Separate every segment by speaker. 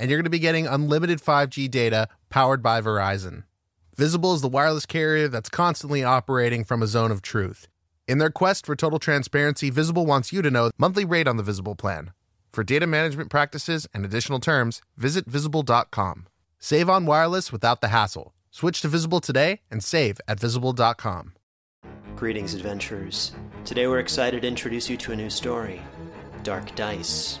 Speaker 1: and you're going to be getting unlimited 5G data powered by Verizon. Visible is the wireless carrier that's constantly operating from a zone of truth. In their quest for total transparency, Visible wants you to know the monthly rate on the Visible plan. For data management practices and additional terms, visit visible.com. Save on wireless without the hassle. Switch to Visible today and save at visible.com.
Speaker 2: Greetings, adventurers. Today we're excited to introduce you to a new story Dark Dice,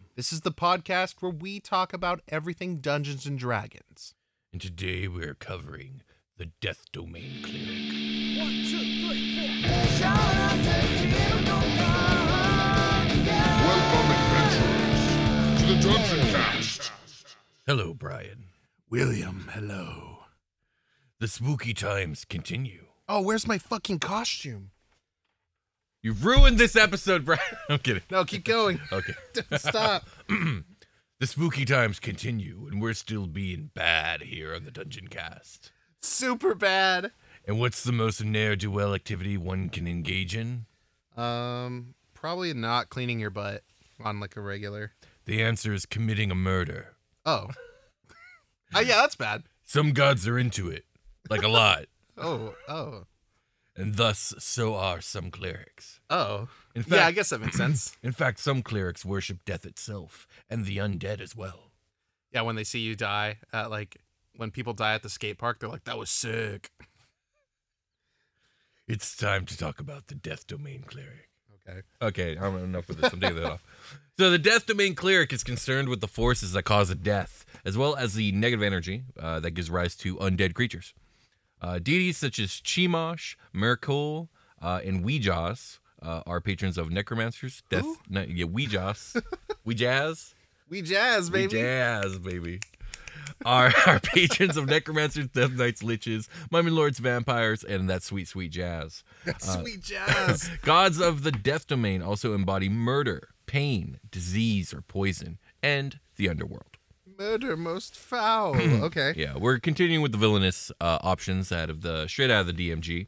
Speaker 1: This is the podcast where we talk about everything Dungeons and Dragons.
Speaker 3: And today we're covering the Death Domain Cleric.
Speaker 4: Welcome, adventurers, to the Dungeon Cast.
Speaker 3: Hello, Brian.
Speaker 1: William, hello.
Speaker 3: The spooky times continue.
Speaker 1: Oh, where's my fucking costume?
Speaker 3: You've ruined this episode, Brian. I'm kidding.
Speaker 1: No, keep going.
Speaker 3: Okay.
Speaker 1: Stop.
Speaker 3: The spooky times continue, and we're still being bad here on the Dungeon Cast.
Speaker 1: Super bad.
Speaker 3: And what's the most ne'er do well activity one can engage in?
Speaker 1: Um, probably not cleaning your butt on like a regular.
Speaker 3: The answer is committing a murder.
Speaker 1: Oh. oh yeah, that's bad.
Speaker 3: Some gods are into it, like a lot,
Speaker 1: Oh, oh,
Speaker 3: and thus so are some clerics.
Speaker 1: oh.
Speaker 3: In
Speaker 1: yeah,
Speaker 3: fact-
Speaker 1: I guess that makes sense.
Speaker 3: In fact, some clerics worship death itself and the undead as well.
Speaker 1: yeah, when they see you die at like when people die at the skate park, they're like, "That was sick."
Speaker 3: It's time to talk about the Death Domain Cleric.
Speaker 1: Okay.
Speaker 3: Okay, I'm enough with this. I'm taking that off. So the Death Domain Cleric is concerned with the forces that cause death, as well as the negative energy uh, that gives rise to undead creatures. Uh, deities such as Chemosh, Merkul, uh, and Weejas uh, are patrons of necromancers. Death, no, yeah, Weejas, Weejazz.
Speaker 1: We jazz,
Speaker 3: We
Speaker 1: baby.
Speaker 3: jazz, baby. Our, our patrons of necromancers, death knights, liches, mummy lords, vampires, and that sweet, sweet jazz.
Speaker 1: Sweet jazz.
Speaker 3: Gods of the death domain also embody murder, pain, disease, or poison, and the underworld.
Speaker 1: Murder most foul. okay.
Speaker 3: Yeah, we're continuing with the villainous uh, options out of the straight out of the DMG.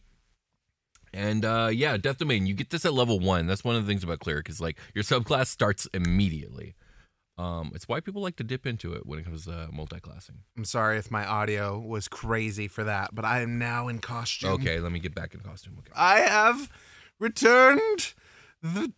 Speaker 3: And uh, yeah, death domain. You get this at level one. That's one of the things about cleric is like your subclass starts immediately. Um, it's why people like to dip into it when it comes to multi-classing.
Speaker 1: I'm sorry if my audio was crazy for that, but I am now in costume.
Speaker 3: Okay, let me get back in costume. Okay.
Speaker 1: I have returned the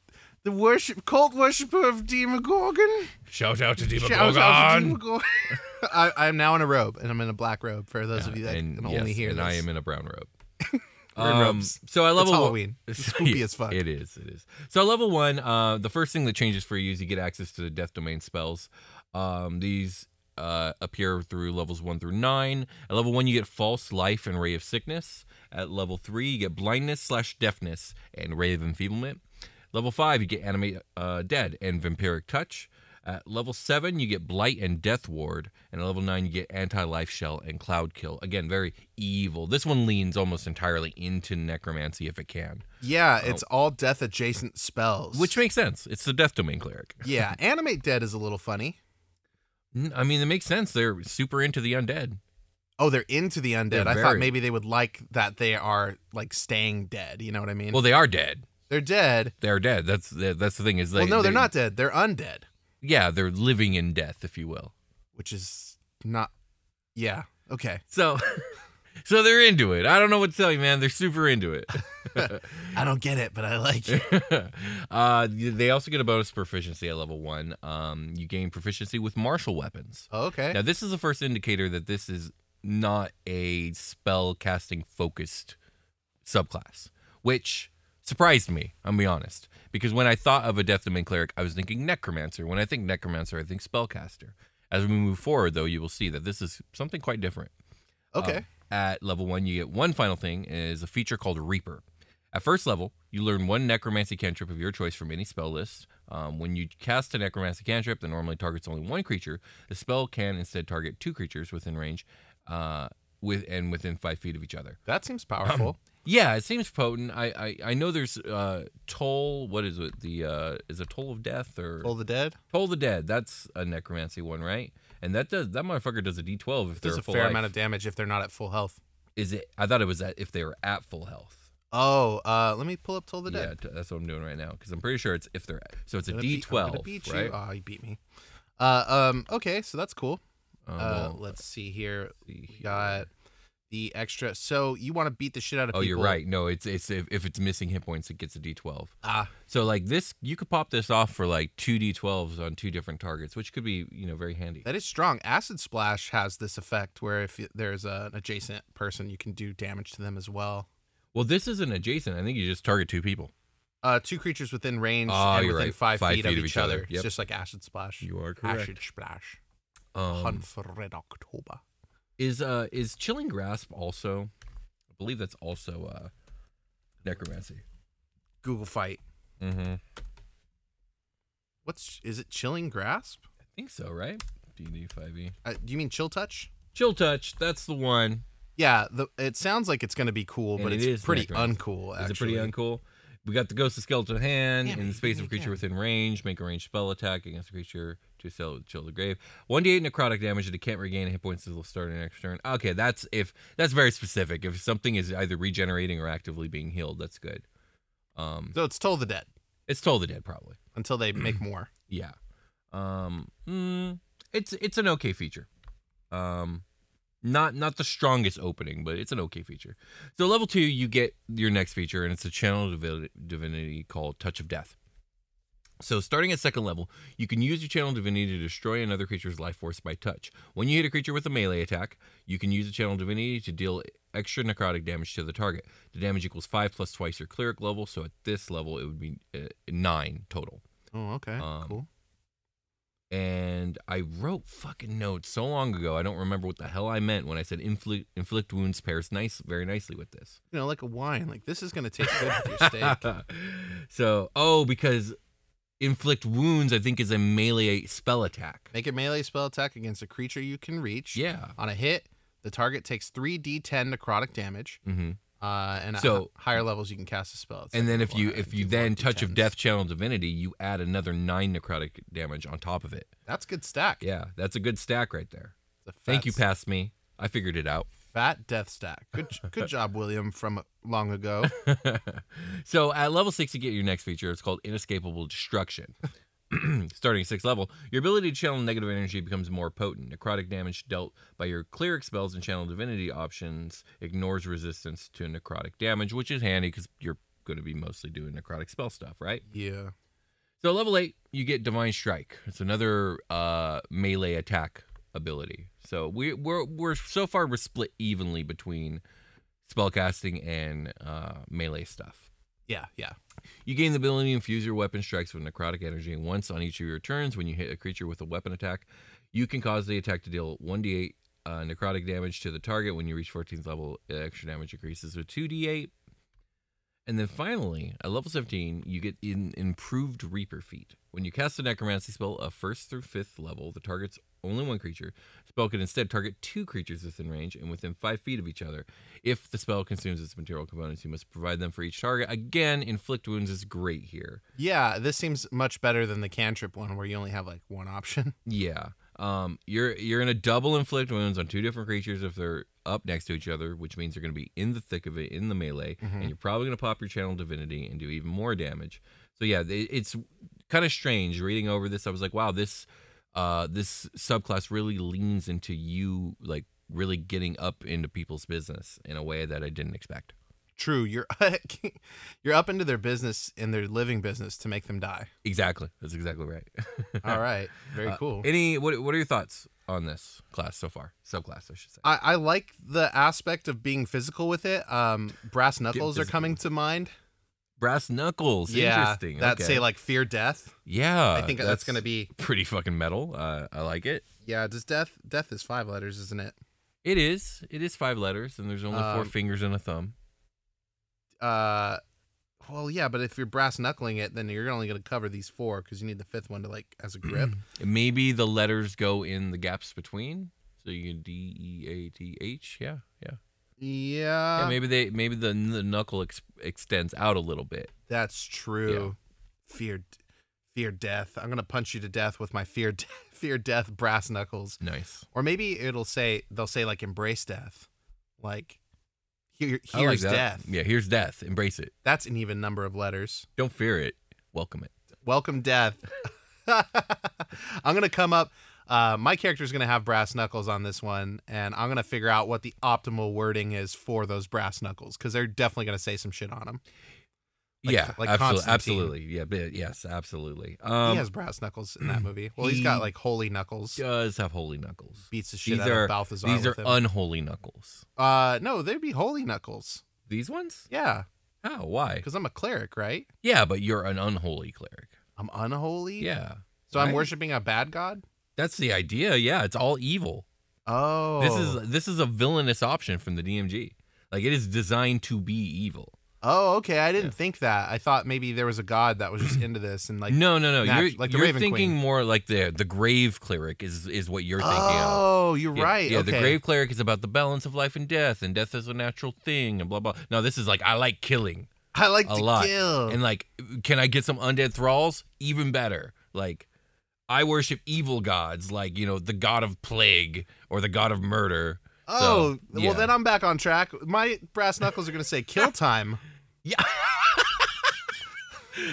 Speaker 1: the worship cult worshiper of Demogorgon.
Speaker 3: Shout out to Diva
Speaker 1: Shout out to Demogorgon. I, I'm now in a robe, and I'm in a black robe for those of you that
Speaker 3: and
Speaker 1: can only
Speaker 3: yes,
Speaker 1: hear
Speaker 3: and
Speaker 1: this.
Speaker 3: I am in a brown robe. Um,
Speaker 1: Red robes.
Speaker 3: So I level
Speaker 1: It's
Speaker 3: one-
Speaker 1: Halloween. It's spooky as fuck.
Speaker 3: It is. It is. So at level one, uh, the first thing that changes for you is you get access to the death domain spells. Um, these uh, appear through levels one through nine. At level one, you get false life and ray of sickness. At level three, you get blindness slash deafness and ray of enfeeblement. Level five, you get animate uh, dead and vampiric touch. At level seven, you get blight and death ward, and at level nine, you get anti-life shell and cloud kill. Again, very evil. This one leans almost entirely into necromancy if it can.
Speaker 1: yeah, it's all death adjacent spells.
Speaker 3: Which makes sense. It's the death domain cleric.
Speaker 1: yeah, animate dead is a little funny.
Speaker 3: N- I mean, it makes sense. They're super into the undead.
Speaker 1: Oh, they're into the undead.
Speaker 3: They're
Speaker 1: I thought
Speaker 3: very-
Speaker 1: maybe they would like that they are like staying dead. You know what I mean?
Speaker 3: Well, they are dead.
Speaker 1: they're dead.
Speaker 3: They're dead. That's that- that's the thing is they.
Speaker 1: well, no,
Speaker 3: they,
Speaker 1: they're not dead. They're undead,
Speaker 3: Yeah, they're living in death, if you will.
Speaker 1: which is not. Yeah. Okay.
Speaker 3: So, so they're into it. I don't know what to tell you, man. They're super into it.
Speaker 1: I don't get it, but I like it.
Speaker 3: uh, they also get a bonus proficiency at level one. Um, you gain proficiency with martial weapons.
Speaker 1: Oh, okay.
Speaker 3: Now, this is the first indicator that this is not a spell casting focused subclass, which surprised me, i will be honest. Because when I thought of a Death Domain Cleric, I was thinking Necromancer. When I think Necromancer, I think Spellcaster. As we move forward, though, you will see that this is something quite different.
Speaker 1: okay.
Speaker 3: Um, at level one, you get one final thing is a feature called Reaper. At first level, you learn one necromancy cantrip of your choice from any spell list. Um, when you cast a necromancy cantrip that normally targets only one creature, the spell can instead target two creatures within range, uh, with and within five feet of each other.
Speaker 1: that seems powerful.
Speaker 3: Yeah, it seems potent. I I, I know there's uh, toll. What is it? The uh, is it toll of death or
Speaker 1: Pull the dead.
Speaker 3: toll the dead? That's a necromancy one, right? And that does that motherfucker does a d12 if
Speaker 1: There's
Speaker 3: they're
Speaker 1: a
Speaker 3: full
Speaker 1: fair
Speaker 3: life
Speaker 1: amount of damage if they're not at full health.
Speaker 3: is it i thought it was that if they were at full health
Speaker 1: Oh, uh, let me pull up Till the
Speaker 3: yeah
Speaker 1: Dead.
Speaker 3: t- that's what i'm doing right now because i'm pretty sure it's if they're at so it's a
Speaker 1: Gonna beat- I'm gonna
Speaker 3: d12
Speaker 1: beat you.
Speaker 3: right
Speaker 1: Oh, you beat me. Uh, um, okay, so that's cool.
Speaker 3: Um,
Speaker 1: Uh,
Speaker 3: well,
Speaker 1: let's see here.
Speaker 3: see
Speaker 1: We got the extra. So you want to beat the shit out of
Speaker 3: oh
Speaker 1: people.
Speaker 3: you're right no it's it's if, if it's missing hit points it gets a d12
Speaker 1: Ah,
Speaker 3: so like this you could pop this off for like two d12s on two different targets which could be you know very handy
Speaker 1: that is strong. Acid Splash has this effect where if y- there's a, an adjacent person, you can do damage to them as well.
Speaker 3: well this isn't adjacent i think you just target two people
Speaker 1: Uh, two creatures within range
Speaker 3: Oh,
Speaker 1: and
Speaker 3: you're
Speaker 1: within
Speaker 3: right.
Speaker 1: five,
Speaker 3: Five
Speaker 1: feet, of each other. It's
Speaker 3: Yep.
Speaker 1: just like Acid Splash.
Speaker 3: You are
Speaker 1: Acid
Speaker 3: correct.
Speaker 1: Splash.
Speaker 3: um,
Speaker 1: Hunt for Red October.
Speaker 3: is uh is chilling grasp also i believe that's also uh necromancy
Speaker 1: Google Fight.
Speaker 3: mm-hmm
Speaker 1: What's is it? Chilling Grasp?
Speaker 3: i think so right d&d 5e
Speaker 1: Uh, do you mean Chill Touch?
Speaker 3: E. Chill Touch, that's the one.
Speaker 1: Yeah, the, it sounds like it's going to be cool, but
Speaker 3: And it
Speaker 1: it's
Speaker 3: is
Speaker 1: pretty
Speaker 3: necromancy.
Speaker 1: uncool.
Speaker 3: Is
Speaker 1: Actually,
Speaker 3: it pretty uncool? We got the Ghost of Skeleton Hand
Speaker 1: Damn it,
Speaker 3: in
Speaker 1: you
Speaker 3: the space
Speaker 1: did it
Speaker 3: of a creature
Speaker 1: again.
Speaker 3: within range. Make a ranged spell attack against a creature to sell with Chill the Grave. 1d8 necrotic damage that it can't regain hit points until the start of next turn. Okay, that's if that's very specific. If something is either regenerating or actively being healed, that's good. Um,
Speaker 1: So it's Toll the Dead
Speaker 3: it's Toll the Dead, probably.
Speaker 1: until they make more.
Speaker 3: Yeah. Um, mm, it's it's an okay feature. Um, not not the strongest opening, but it's an okay feature. So level two, you get your next feature, and it's a channel divi- divinity called Touch of Death. So starting at second level, you can use your channel divinity to destroy another creature's life force by touch. When you hit a creature with a melee attack, you can use the channel divinity to deal extra necrotic damage to the target. The damage equals five plus twice your cleric level, so at this level it would be uh, nine total
Speaker 1: Oh, okay,
Speaker 3: Um,
Speaker 1: cool.
Speaker 3: and I wrote fucking notes so long ago. I don't remember what the hell I meant when I said inflict, inflict wounds pairs nice, very nicely with this.
Speaker 1: You know, like a wine. Like this is going to taste good with your steak.
Speaker 3: so, oh, because inflict wounds, I think, is a melee spell attack.
Speaker 1: Make a melee spell attack against a creature you can reach.
Speaker 3: Yeah.
Speaker 1: On a hit, the target takes three d10 necrotic damage.
Speaker 3: Mm-hmm.
Speaker 1: Uh, and so
Speaker 3: So-
Speaker 1: higher levels, you can cast a spell. It's
Speaker 3: And
Speaker 1: like
Speaker 3: then if
Speaker 1: level
Speaker 3: you
Speaker 1: one,
Speaker 3: if
Speaker 1: do
Speaker 3: you
Speaker 1: more
Speaker 3: then touch of
Speaker 1: D10s.
Speaker 3: death channel divinity, you add another nine necrotic damage on top of it.
Speaker 1: that's good stack.
Speaker 3: Yeah, that's a good stack right there.
Speaker 1: It's a fat
Speaker 3: Thank you,
Speaker 1: stack.
Speaker 3: pass me. I figured it out.
Speaker 1: Fat death stack. Good, good job, William, from long ago.
Speaker 3: so at level six, you get your next feature. It's called Inescapable Destruction. Starting at sixth level, your ability to channel negative energy becomes more potent. Necrotic damage dealt by your cleric spells and channel divinity options ignores resistance to necrotic damage, which is handy because you're going to be mostly doing necrotic spell stuff, right?
Speaker 1: yeah.
Speaker 3: So level eight, you get divine strike. It's another uh, melee attack ability. So we, we're we're so far we're split evenly between spellcasting and uh, melee stuff.
Speaker 1: Yeah. Yeah.
Speaker 3: You gain the ability to infuse your weapon strikes with necrotic energy once on each of your turns. When you hit a creature with a weapon attack, you can cause the attack to deal 1d8 uh, necrotic damage to the target. When you reach 14th level, uh, extra damage increases with 2d8. And then finally, at level 17, you get an improved Reaper feat. When you cast a necromancy spell of first through fifth level, the target's only one creature. Spell can instead target two creatures within range and within five feet of each other. If the spell consumes its material components, you must provide them for each target. Again, inflict wounds is great here.
Speaker 1: Yeah, this seems much better than the cantrip one where you only have like one option.
Speaker 3: Yeah. Um, you're you're gonna double inflict wounds on two different creatures if they're up next to each other, which means they're gonna be in the thick of it in the melee,
Speaker 1: Mm-hmm.
Speaker 3: and you're probably gonna pop your channel divinity and do even more damage. So yeah, it, it's kind of strange reading over this. I was like, wow, this uh, this subclass really leans into you like really getting up into people's business in a way that I didn't expect.
Speaker 1: True, you're you're up into their business and their living business to make them die.
Speaker 3: Exactly, that's exactly right.
Speaker 1: All right, very
Speaker 3: Uh,
Speaker 1: cool.
Speaker 3: Any what what are your thoughts on this class so far? Subclass, I should say.
Speaker 1: I, I like the aspect of being physical with it. Um, brass knuckles are
Speaker 3: physical
Speaker 1: coming to mind.
Speaker 3: Brass knuckles.
Speaker 1: yeah,
Speaker 3: interesting.
Speaker 1: that
Speaker 3: okay. Uh,
Speaker 1: say like fear death.
Speaker 3: yeah.
Speaker 1: I think that's, gonna be
Speaker 3: pretty fucking metal. Uh, I like it.
Speaker 1: yeah. Does death death is five letters, isn't it?
Speaker 3: It is. It is five letters, and there's only four
Speaker 1: Um,
Speaker 3: fingers and a thumb.
Speaker 1: Uh, well, yeah, but if you're brass knuckling it, then you're only gonna cover these four because you need the fifth one to like as a grip.
Speaker 3: Maybe the letters go in the gaps between. So you can D E A T H. Yeah, yeah.
Speaker 1: yeah,
Speaker 3: yeah. Maybe they maybe the, the knuckle ex- extends out a little bit.
Speaker 1: that's true. Fear, fear death. I'm gonna punch you to death with my fear, de- fear death brass knuckles.
Speaker 3: Nice.
Speaker 1: Or maybe it'll say they'll say like embrace death, like here,
Speaker 3: I like
Speaker 1: here's
Speaker 3: that.
Speaker 1: death.
Speaker 3: Yeah, here's death. Embrace it.
Speaker 1: That's an even number of letters.
Speaker 3: Don't fear it. Welcome it.
Speaker 1: Welcome death. I'm gonna come up. Uh, my character's gonna have brass knuckles on this one, and I'm gonna figure out what the optimal wording is for those brass knuckles because they're definitely gonna say some shit on them. Like-
Speaker 3: yeah,
Speaker 1: like
Speaker 3: absolutely,
Speaker 1: Constantine.
Speaker 3: absolutely. Yeah, but yes, absolutely. Um,
Speaker 1: he has brass knuckles in that movie. Well, he's got
Speaker 3: he
Speaker 1: like holy knuckles.
Speaker 3: does have holy knuckles.
Speaker 1: Beats the shit
Speaker 3: These
Speaker 1: out
Speaker 3: are
Speaker 1: of Balthazar.
Speaker 3: these are
Speaker 1: with him.
Speaker 3: unholy knuckles.
Speaker 1: uh, no, they'd be holy knuckles.
Speaker 3: These ones?
Speaker 1: Yeah,
Speaker 3: How? Why?
Speaker 1: because I'm a cleric, right?
Speaker 3: Yeah, but you're an unholy cleric.
Speaker 1: I'm unholy.
Speaker 3: Yeah.
Speaker 1: So I'm
Speaker 3: right?
Speaker 1: worshiping a bad god.
Speaker 3: That's the idea. Yeah, it's all evil.
Speaker 1: Oh,
Speaker 3: This is this is a villainous option from the DMG. Like it is designed to be evil.
Speaker 1: Oh, okay. I didn't think that. I thought maybe there was a god that was just into this and like.
Speaker 3: no, no, no.
Speaker 1: natu-
Speaker 3: you're
Speaker 1: like the
Speaker 3: you're
Speaker 1: Raven
Speaker 3: thinking
Speaker 1: Queen.
Speaker 3: more like the the grave cleric is is what you're thinking of.
Speaker 1: Oh, you're
Speaker 3: Yeah,
Speaker 1: right.
Speaker 3: Yeah,
Speaker 1: okay.
Speaker 3: the grave cleric is about the balance of life and death, and death is a natural thing, and blah blah. No, this is like I like killing
Speaker 1: I like
Speaker 3: a
Speaker 1: to
Speaker 3: lot,
Speaker 1: kill.
Speaker 3: and like, can I get some undead thralls? Even better. Like, I worship evil gods, like you know the god of plague or the god of murder.
Speaker 1: oh,
Speaker 3: So, yeah.
Speaker 1: well then I'm back on track. My brass knuckles are gonna say kill time.
Speaker 3: yeah.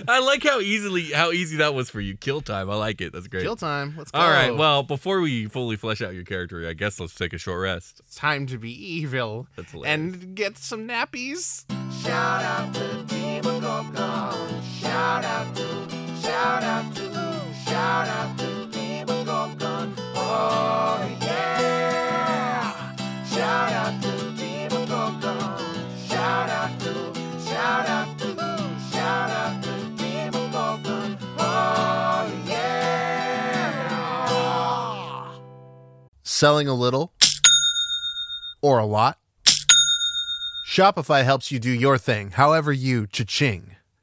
Speaker 3: I like how easily how easy that was for you. Kill time. I like it. That's great.
Speaker 1: Kill time. Let's go.
Speaker 3: All right. Well, before we fully flesh out your character, I guess let's take a short rest.
Speaker 1: it's time to be evil
Speaker 3: That's hilarious.
Speaker 1: and get some nappies. Oh, Oh,
Speaker 5: selling a little or a lot? Shopify helps you do your thing, however you cha-ching.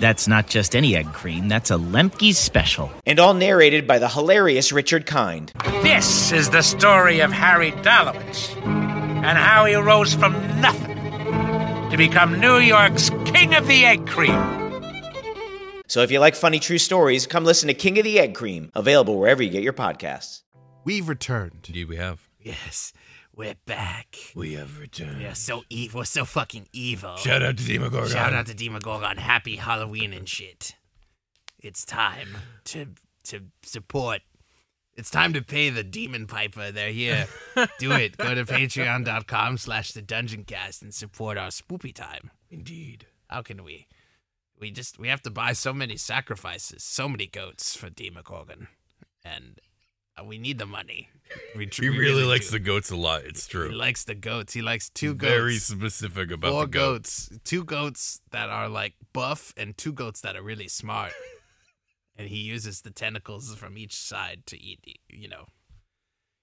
Speaker 6: That's not just any egg cream, that's a Lemke's special.
Speaker 7: and all narrated by the hilarious Richard Kind.
Speaker 8: This is the story of Harry Dalowitz and how he rose from nothing to become New York's king of the egg cream.
Speaker 7: So if you like funny true stories, come listen to King of the Egg Cream, available wherever you get your podcasts.
Speaker 1: We've returned.
Speaker 3: Indeed, we have.
Speaker 6: Yes, we're back.
Speaker 3: We have returned.
Speaker 6: We're so evil, we're so fucking evil.
Speaker 3: Shout out to Demogorgon.
Speaker 6: Shout out to Demogorgon. Happy Halloween and shit. It's time to to support. It's time to pay the Demon Piper. They're here. Do it. Go to patreon.com slash the dungeon cast and support our spoopy time.
Speaker 3: Indeed.
Speaker 6: How can we? We just we have to buy so many sacrifices, so many goats for Demogorgon. And uh, we need the money. We, tr-
Speaker 3: He
Speaker 6: we
Speaker 3: really likes
Speaker 6: do.
Speaker 3: the goats a lot. It's true.
Speaker 6: He likes the goats. He likes two goats
Speaker 3: Very specific about
Speaker 6: four
Speaker 3: the goat.
Speaker 6: goats. two goats that are like buff, and two goats that are really smart. and he uses the tentacles from each side to eat. the- You know,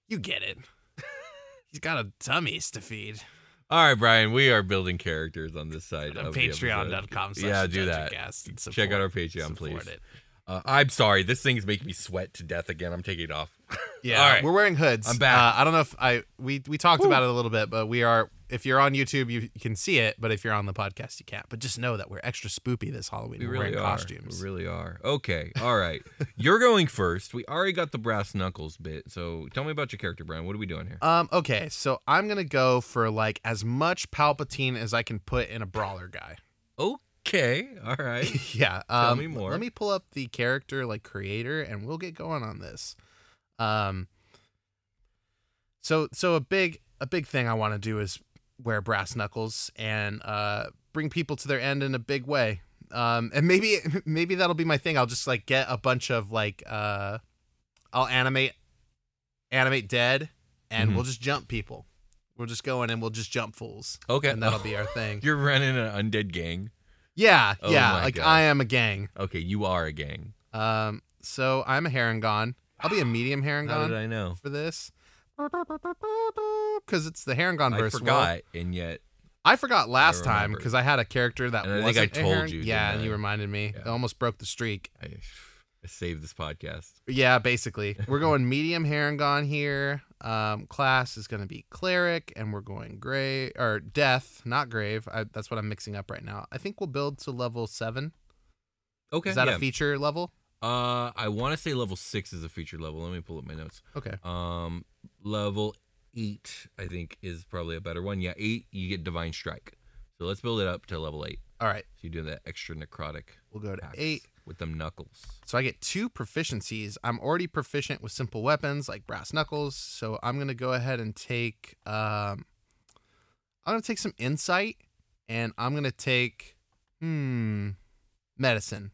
Speaker 6: you get it. He's got a tummies to feed.
Speaker 3: All right, Brian, we are building characters on this side
Speaker 6: Go to
Speaker 3: of the episode.
Speaker 6: Patreon.com. slash
Speaker 3: Yeah, do
Speaker 6: Dungeon
Speaker 3: that.
Speaker 6: Cast and
Speaker 3: Check out
Speaker 6: support-
Speaker 3: our Patreon,
Speaker 6: support
Speaker 3: please.
Speaker 6: it.
Speaker 3: Uh, I'm sorry, this thing's making me sweat to death again. I'm taking it off.
Speaker 1: Yeah,
Speaker 3: All right.
Speaker 1: we're wearing hoods.
Speaker 3: I'm back.
Speaker 1: Uh, I don't know if I we we talked about it a little bit, but we are. If you're on YouTube, you can see it, but if you're on the podcast, you can't. But just know that we're extra spoopy this Halloween.
Speaker 3: We
Speaker 1: we're
Speaker 3: really
Speaker 1: wearing
Speaker 3: are.
Speaker 1: costumes.
Speaker 3: We really are. Okay. All right. You're going first. We already got the brass knuckles bit. So tell me about your character, Brian. What are we doing here?
Speaker 1: Um, okay, so I'm gonna go for like as much Palpatine as I can put in a brawler guy.
Speaker 3: Okay. All right.
Speaker 1: yeah. Um,
Speaker 3: Tell me more.
Speaker 1: Let me pull up the character like creator, and we'll get going on this. Um. So so a big a big thing I want to do is wear brass knuckles and uh bring people to their end in a big way. Um, and maybe maybe that'll be my thing. I'll just like get a bunch of like uh, I'll animate animate dead, and
Speaker 3: Mhm.
Speaker 1: we'll just jump people. We'll just go in and we'll just jump fools.
Speaker 3: Okay.
Speaker 1: and that'll be our thing.
Speaker 3: You're running an undead gang.
Speaker 1: Yeah,
Speaker 3: Oh
Speaker 1: yeah.
Speaker 3: my
Speaker 1: Like
Speaker 3: God.
Speaker 1: I am a gang.
Speaker 3: Okay, you are a gang.
Speaker 1: Um, so I'm a Harangon. I'll be a medium
Speaker 3: How did
Speaker 1: Harangon
Speaker 3: I know?
Speaker 1: for this. Because it's the Harangon
Speaker 3: I
Speaker 1: verse. world.
Speaker 3: forgot, and yet
Speaker 1: I forgot last
Speaker 3: I
Speaker 1: time
Speaker 3: remembered.
Speaker 1: because I had a character that
Speaker 3: And I think
Speaker 1: wasn't
Speaker 3: I
Speaker 1: a
Speaker 3: told
Speaker 1: Haran-
Speaker 3: you,
Speaker 1: Yeah,
Speaker 3: didn't
Speaker 1: and
Speaker 3: I?
Speaker 1: you reminded me.
Speaker 3: Yeah.
Speaker 1: I almost broke the streak.
Speaker 3: I, I saved this podcast.
Speaker 1: Yeah, basically. We're going medium Harangon here. Um, class is going to be cleric, and we're going grave or death, not grave. I, that's what I'm mixing up right now. I think we'll build to level seven.
Speaker 3: Okay.
Speaker 1: Is that
Speaker 3: yeah.
Speaker 1: a feature level?
Speaker 3: Uh, I want to say level six is a feature level. Let me pull up my notes.
Speaker 1: Okay.
Speaker 3: Um, level eight, I think, is probably a better one. Yeah, eight, you get divine strike. So let's build it up to level eight.
Speaker 1: All right.
Speaker 3: So you do that extra necrotic
Speaker 1: We'll go to
Speaker 3: attacks
Speaker 1: eight.
Speaker 3: with them knuckles.
Speaker 1: So I get two proficiencies. I'm already proficient with simple weapons like brass knuckles, so I'm gonna go ahead and take. Um, I'm gonna take some insight, and I'm gonna take, hmm, medicine.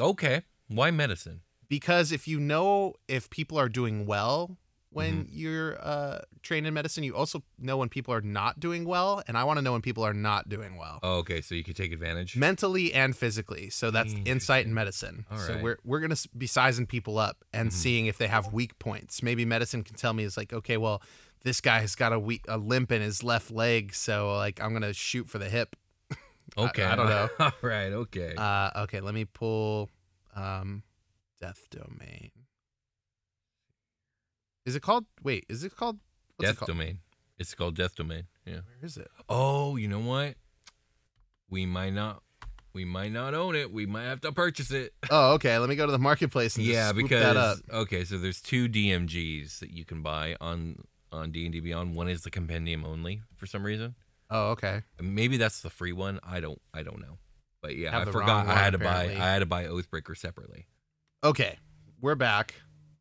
Speaker 3: Okay. Why medicine?
Speaker 1: Because if you know if people are doing well when you're uh, trained in medicine, you also know when people are not doing well, and I want to know when people are not doing well.
Speaker 3: Oh, okay. So you can take advantage.
Speaker 1: mentally and physically. So that's insight and medicine.
Speaker 3: Mm. All
Speaker 1: so
Speaker 3: right. Mm-hmm.
Speaker 1: we're we're gonna s- be sizing people up and seeing if they have weak points. Maybe medicine can tell me is like, okay, well, this guy has got a weak a limp in his left leg, so like I'm gonna shoot for the hip.
Speaker 3: okay.
Speaker 1: I don't know.
Speaker 3: All right. Okay.
Speaker 1: Uh, okay, let me pull um, death domain. Is it called? Wait, is it called? What's it
Speaker 3: death
Speaker 1: called?
Speaker 3: domain. It's called death domain. Yeah.
Speaker 1: Where is it?
Speaker 3: Oh, you know what? We might not. We might not own it. We might have to purchase it.
Speaker 1: Oh, okay. Let me go to the marketplace and
Speaker 3: yeah
Speaker 1: just swoop
Speaker 3: because
Speaker 1: that up.
Speaker 3: okay so there's two dmgs that you can buy on on d&d beyond one is the compendium only for some reason
Speaker 1: Oh, okay.
Speaker 3: maybe that's the free one i don't i don't know but yeah
Speaker 1: Have
Speaker 3: i
Speaker 1: the
Speaker 3: forgot
Speaker 1: wrong
Speaker 3: i
Speaker 1: one,
Speaker 3: had to
Speaker 1: apparently.
Speaker 3: buy i had to buy oathbreaker separately
Speaker 1: Okay, we're back.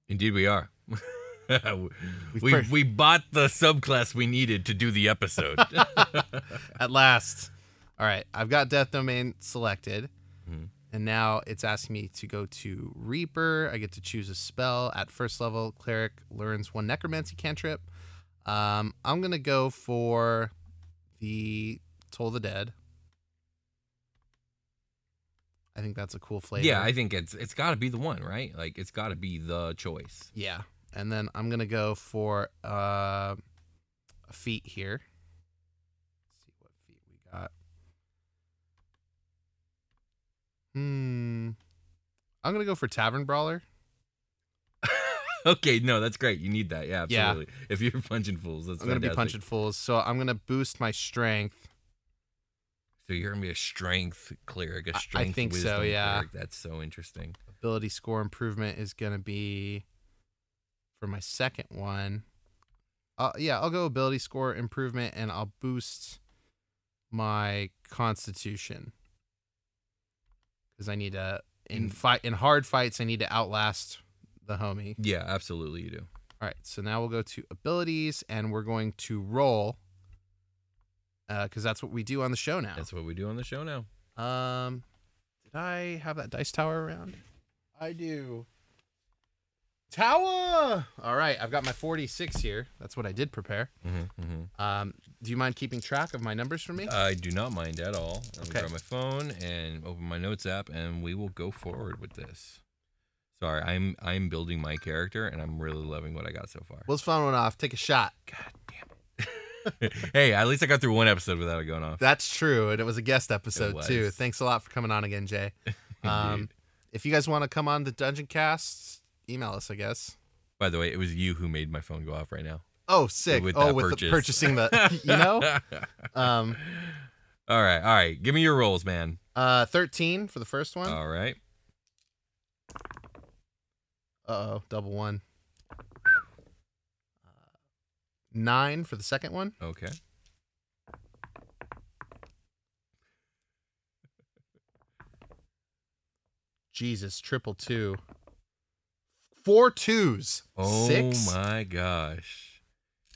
Speaker 3: indeed we are we, we bought the subclass we needed to do the episode.
Speaker 1: At last. All right, I've got Death Domain selected.
Speaker 3: Mm-hmm.
Speaker 1: And now it's asking me to go to Reaper. I get to choose a spell. At first level, Cleric learns one Necromancy cantrip. Um, I'm going to go for the Toll the Dead. I think that's a cool flavor.
Speaker 3: yeah, I think it's it's got to be the one, right? Like it's got to be the choice.
Speaker 1: Yeah. And then I'm going to go for uh, a feat here. Let's see what feat we got. Hmm. I'm going to go for Tavern Brawler.
Speaker 3: Okay, no, that's great. You need that. Yeah,
Speaker 1: Yeah.
Speaker 3: absolutely. If you're punching fools, that's
Speaker 1: I'm going to be
Speaker 3: fantastic.
Speaker 1: punching fools. So I'm going to boost my strength.
Speaker 3: So you're gonna be a strength cleric, a
Speaker 1: I
Speaker 3: strength.
Speaker 1: think so,
Speaker 3: wisdom
Speaker 1: yeah.
Speaker 3: Cleric. That's so interesting.
Speaker 1: Ability score improvement is going to be for my second one. Uh, yeah, I'll go ability score improvement and I'll boost my constitution. Because I need to, in, fight, in hard fights, I need to outlast the homie.
Speaker 3: Yeah, absolutely, you do.
Speaker 1: All right, so now we'll go to abilities and we're going to roll because that's what we do on the show now.
Speaker 3: That's what we do on the show now.
Speaker 1: Um, did I have that dice tower around? I do. Tower. All right, I've got my forty-six here. That's what I did prepare. Um, do you mind keeping track of my numbers for me?
Speaker 3: I do not mind at all. Let me
Speaker 1: Okay.
Speaker 3: grab my phone and open my notes app, and we will go forward with this. Sorry, I'm I'm building my character, and I'm really loving what I got so far.
Speaker 1: Let's phone one off. Take a shot.
Speaker 3: hey, at least I got through one episode without it going off.
Speaker 1: That's true, and it was a guest episode too.
Speaker 3: was.
Speaker 1: Thanks a lot for coming on again, Jay. Um, if you guys want to come on the Dungeon Cast, email us, I guess.
Speaker 3: By the way, it was you who made my phone go off right now.
Speaker 1: Oh, sick!
Speaker 3: With
Speaker 1: oh,
Speaker 3: that
Speaker 1: with
Speaker 3: purchase.
Speaker 1: the purchasing the, you know, um,
Speaker 3: All right, all right. Give me your rolls, man.
Speaker 1: uh, thirteen for the first one. Uh
Speaker 3: All right.
Speaker 1: oh, double one. Uh, Nine for the second one.
Speaker 3: Okay.
Speaker 1: Jesus, triple two. Four twos.
Speaker 3: Oh
Speaker 1: Six.
Speaker 3: my gosh.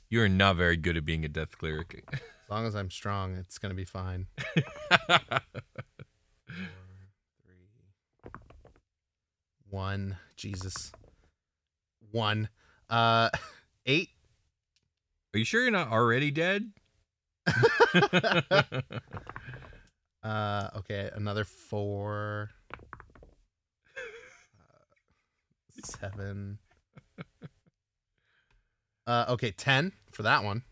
Speaker 3: You're not very good at being a death cleric.
Speaker 1: As long as I'm strong, it's gonna be fine. One. Jesus. One. Uh, eight.
Speaker 3: Are you sure you're not already dead?
Speaker 1: Uh, okay, another four. Uh, seven. Uh, okay, ten for that one.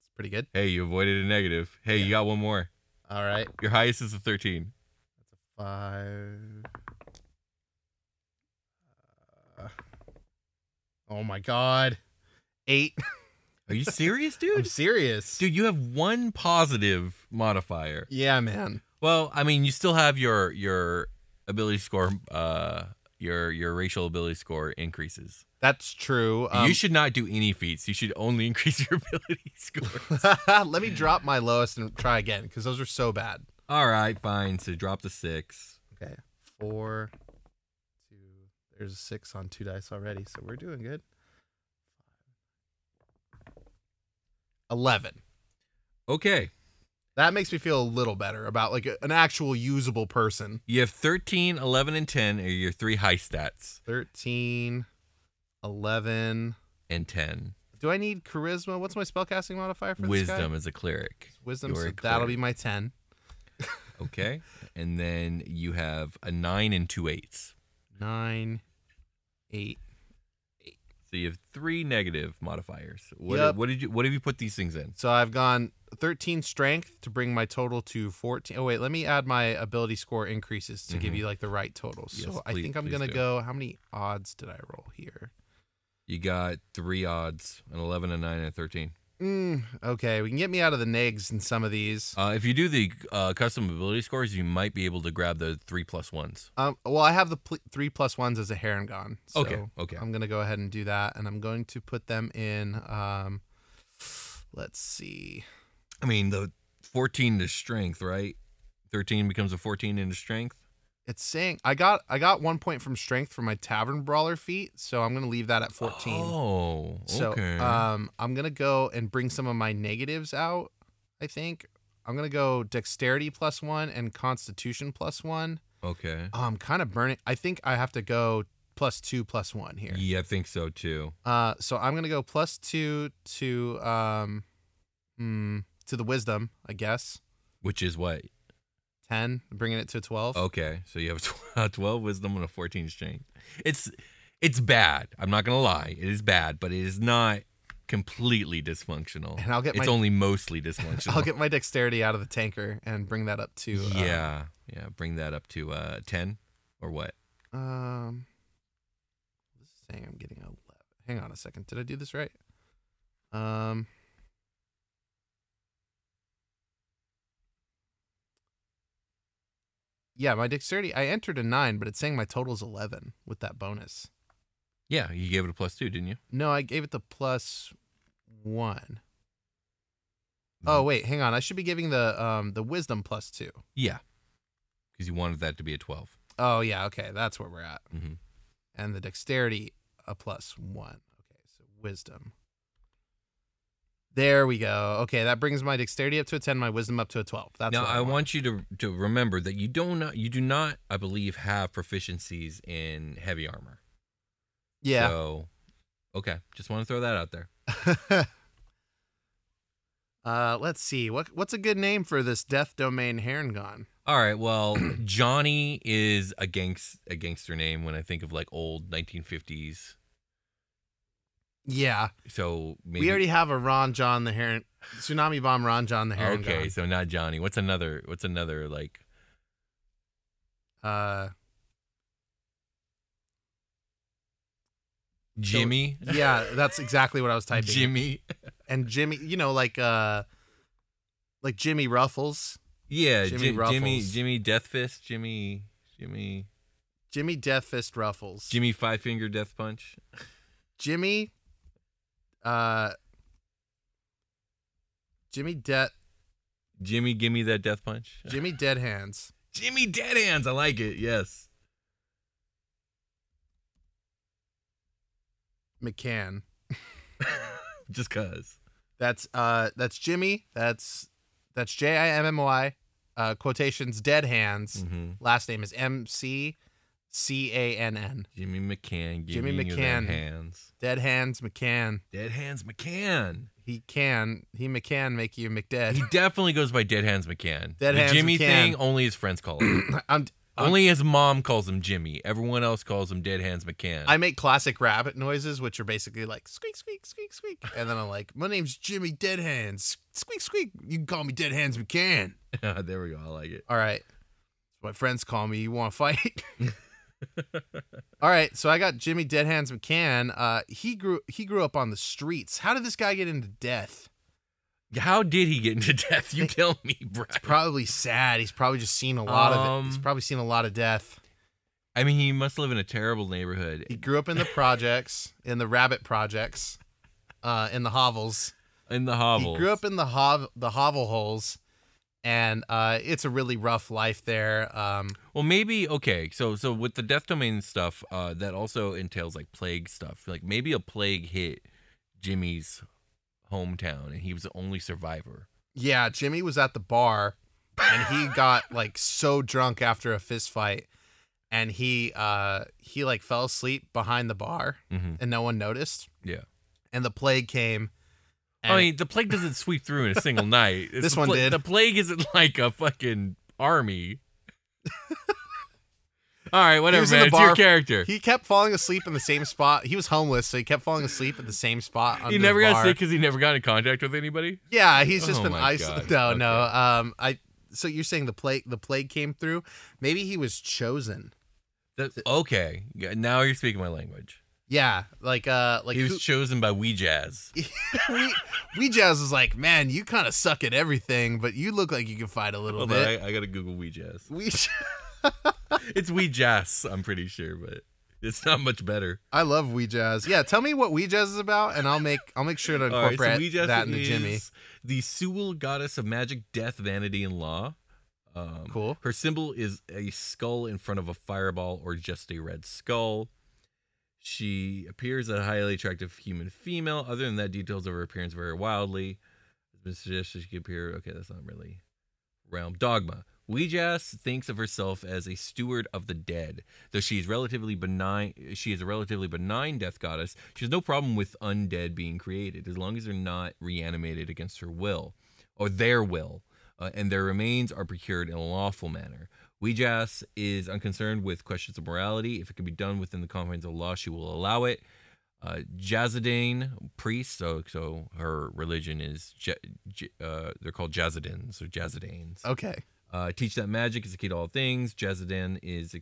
Speaker 1: It's pretty good.
Speaker 3: Hey, you avoided a negative. Hey, you got one more.
Speaker 1: All right,
Speaker 3: Your highest is a 13.
Speaker 1: five. Uh, oh my god, eight.
Speaker 3: Are you serious,
Speaker 1: I'm
Speaker 3: dude?
Speaker 1: serious.
Speaker 3: Dude, you have one positive modifier.
Speaker 1: Yeah, man.
Speaker 3: Well, I mean, you still have your your ability score uh your your racial ability score increases.
Speaker 1: That's true. Um,
Speaker 3: you should not do any feats. You should only increase your ability score.
Speaker 1: Let me drop my lowest and try again because those are so bad.
Speaker 3: All right, fine. So drop the 6.
Speaker 1: Okay. Four, two. There's a six on two dice already, so we're doing good. Eleven.
Speaker 3: Okay.
Speaker 1: That makes me feel a little better about like a- an actual usable person.
Speaker 3: You have 13, 11, and 10 are your three high stats,
Speaker 1: 13, 11.
Speaker 3: and 10.
Speaker 1: Do I need charisma? What's my spellcasting modifier for this guy?
Speaker 3: Wisdom as a cleric.
Speaker 1: Wisdom.
Speaker 3: You're
Speaker 1: So
Speaker 3: a
Speaker 1: that'll be
Speaker 3: cleric.
Speaker 1: my ten.
Speaker 3: Okay. and then you have a 9 and two eights.
Speaker 1: Nine, eight.
Speaker 3: So you have three negative modifiers. What,
Speaker 1: Yep.
Speaker 3: what did you what have you put these things in?
Speaker 1: So I've gone 13 strength to bring my total to 14. Oh, wait, let me add my ability score increases to give you like the right total. so
Speaker 3: Mm-hmm. Yes,
Speaker 1: I
Speaker 3: please-
Speaker 1: think I'm
Speaker 3: please
Speaker 1: going to
Speaker 3: do.
Speaker 1: go. How many odds did I roll here?
Speaker 3: You got three odds, an 11, a 9, and a 13.
Speaker 1: Mm, okay, we can get me out of the negs in some of these.
Speaker 3: Uh, if you do the uh, custom ability scores, you might be able to grab the three plus ones.
Speaker 1: Um, well, I have the pl- three plus ones as a hair gone. So
Speaker 3: Okay, okay.
Speaker 1: I'm going to go ahead and do that. And I'm going to put them in. Um, let's see.
Speaker 3: I mean, the 14 to strength, right? 13 becomes a 14 into strength.
Speaker 1: It's saying I got I got one point from strength for my tavern brawler feat, so I'm gonna leave that at 14.
Speaker 3: Oh,
Speaker 1: So
Speaker 3: okay.
Speaker 1: um, I'm gonna go and bring some of my negatives out. I think I'm gonna go dexterity plus one and constitution plus one.
Speaker 3: Okay.
Speaker 1: Oh, I'm kind of burning. I think I have to go plus two plus one here.
Speaker 3: Yeah, I think so too.
Speaker 1: Uh, so I'm gonna go plus two to um, hmm, to the wisdom, I guess.
Speaker 3: Which is what?
Speaker 1: Ten, bringing it to twelve.
Speaker 3: Okay, so you have a tw- a twelve wisdom and a fourteen strength. It's it's bad. I'm not gonna lie. It is bad, but it is not completely dysfunctional.
Speaker 1: And I'll get
Speaker 3: it's
Speaker 1: my-
Speaker 3: only mostly dysfunctional.
Speaker 1: I'll get my dexterity out of the tanker and bring that up to uh,
Speaker 3: yeah, yeah. Bring that up to uh ten or what?
Speaker 1: Um, this is saying I'm getting a. le- Hang on a second. Did I do this right? Um. Yeah, my dexterity. I entered a nine, but it's saying my total's eleven with that bonus.
Speaker 3: Yeah, you gave it a plus two, didn't you?
Speaker 1: No, I gave it the plus one. Oh wait, hang on. I should be giving the um the wisdom plus two.
Speaker 3: Yeah, because you wanted that to be a twelve.
Speaker 1: Oh yeah, okay, that's where we're at.
Speaker 3: Mm-hmm.
Speaker 1: and the dexterity a plus one. Okay, so wisdom. There we go. Okay, that brings my dexterity up to a ten, my wisdom up to a twelve. That's
Speaker 3: now
Speaker 1: what
Speaker 3: I, want you to to remember that you don't you do not I believe have proficiencies in heavy armor.
Speaker 1: Yeah.
Speaker 3: So okay, just want to throw that out there.
Speaker 1: uh, let's see. What what's a good name for this death domain Herringon?
Speaker 3: All right. Well, Johnny is a gangs a gangster name when I think of like old 1950s.
Speaker 1: Yeah,
Speaker 3: So maybe
Speaker 1: we already have a Ron John the Heron, tsunami bomb Ron John the Herringon.
Speaker 3: okay. So not Johnny. What's another? What's another like?
Speaker 1: Uh,
Speaker 3: Jimmy.
Speaker 1: yeah, that's exactly what I was typing.
Speaker 3: Jimmy.
Speaker 1: and Jimmy, you know, like uh, like Jimmy Ruffles.
Speaker 3: Yeah, Jimmy.
Speaker 1: Jimmy
Speaker 3: Jimmy. Jimmy,
Speaker 1: Ruffles.
Speaker 3: Deathfist. Jimmy. Jimmy.
Speaker 1: Jimmy Death Fist Ruffles.
Speaker 3: Jimmy Five Finger Death Punch.
Speaker 1: Jimmy uh Jimmy Dead
Speaker 3: Jimmy, give me that death punch.
Speaker 1: Jimmy Dead Hands.
Speaker 3: Jimmy Dead Hands. I like it. Yes.
Speaker 1: McCann.
Speaker 3: Just cause.
Speaker 1: That's uh that's Jimmy. That's that's J I M M Y. Uh quotations Dead Hands.
Speaker 3: Mhm.
Speaker 1: Last name is M C C A N N.
Speaker 3: Jimmy McCann. Give
Speaker 1: Jimmy
Speaker 3: me your dead
Speaker 1: McCann.
Speaker 3: Hands.
Speaker 1: Dead Hands McCann.
Speaker 3: Dead Hands McCann.
Speaker 1: He can he McCann make you McDead.
Speaker 3: He definitely goes by Dead Hands McCann.
Speaker 1: Dead
Speaker 3: the
Speaker 1: Hands
Speaker 3: Jimmy
Speaker 1: McCann.
Speaker 3: thing, only his friends call him.
Speaker 1: I'm
Speaker 3: only his mom calls him Jimmy. Everyone else calls him Dead Hands McCann.
Speaker 1: I make classic rabbit noises, which are basically like squeak, squeak, squeak, squeak, and then I'm like, "My name's Jimmy Dead Hands. Squeak, squeak. You can call me Dead Hands McCann."
Speaker 3: there we go. I like it.
Speaker 1: All right, my friends call me. You want to fight? All right, so I got Jimmy Dead Hands McCann. Uh, he grew he grew up on the streets. How did this guy get into death?
Speaker 3: How did he get into death? You tell me, Brian.
Speaker 1: Probably sad. He's probably just seen a lot of it. He's
Speaker 3: Um,
Speaker 1: probably seen a lot of death.
Speaker 3: I mean, he must live in a terrible neighborhood.
Speaker 1: He grew up in the projects, in the rabbit projects, uh, in the hovels.
Speaker 3: In the hovel.
Speaker 1: He grew up in the hov the hovel holes, and uh, it's a really rough life there. Um,
Speaker 3: Well, maybe okay. So, so with the death domain stuff, uh, that also entails like plague stuff. Like maybe a plague hit Jimmy's hometown, and he was the only survivor.
Speaker 1: yeah, Jimmy was at the bar, and he got like so drunk after a fist fight, and he uh, he like fell asleep behind the bar,
Speaker 3: Mhm.
Speaker 1: and no one noticed.
Speaker 3: Yeah.
Speaker 1: And the plague came.
Speaker 3: I mean, the plague doesn't sweep through in a single night. It's
Speaker 1: This
Speaker 3: the
Speaker 1: one
Speaker 3: pla-
Speaker 1: did.
Speaker 3: The plague isn't like a fucking army. All right,
Speaker 1: He
Speaker 3: whatever,
Speaker 1: was in
Speaker 3: man.
Speaker 1: the
Speaker 3: It's your
Speaker 1: bar-
Speaker 3: character. He,
Speaker 1: He kept falling asleep in the same spot. He was homeless, so he kept falling asleep at the same spot. under the
Speaker 3: never got
Speaker 1: bar.
Speaker 3: sick because he never got in contact with anybody.
Speaker 1: Yeah, he's just
Speaker 3: Oh
Speaker 1: been
Speaker 3: my
Speaker 1: isolated. No,
Speaker 3: God.
Speaker 1: no. Um, I. So you're saying the plague, the plague came through? Maybe he was chosen.
Speaker 3: That, okay, yeah, now you're speaking my language.
Speaker 1: Yeah, like uh, like
Speaker 3: he was
Speaker 1: who-
Speaker 3: chosen by Wee Jazz.
Speaker 1: we, we Jazz is like, man, you kind of suck at everything, but you look like you can fight a little
Speaker 3: Hold on,
Speaker 1: bit.
Speaker 3: I, I gotta Google Wee Jazz.
Speaker 1: We,
Speaker 3: It's Wee Jazz, I'm pretty sure, but it's not much better.
Speaker 1: I love We Jazz. Yeah, tell me what We Jazz is about, and I'll make I'll make sure to
Speaker 3: All right,
Speaker 1: incorporate
Speaker 3: so Wee Jazz
Speaker 1: that in the
Speaker 3: is
Speaker 1: Jimmy.
Speaker 3: the Sewell goddess of magic, death, vanity, and law. Um, cool. Her symbol is a skull in front of a fireball or just a red skull. She appears a highly attractive human female. Other than that, details of her appearance vary wildly. It's been suggested she could appear. Okay, that's not really realm. Dogma. Weejas thinks of herself as a steward of the dead, though she is relatively benign. She is a relatively benign death goddess. She has no problem with undead being created, as long as they're not reanimated against her will, or their will, uh, and their remains are procured in a lawful manner. Weejas is unconcerned with questions of morality. If it can be done within the confines of law, she will allow it. Uh, Jazadine priest, so so her religion is Ja- J- uh, they're called Jazadins or Jazadines.
Speaker 1: Okay.
Speaker 3: Uh, teach that magic is the key to all things. Jazadin is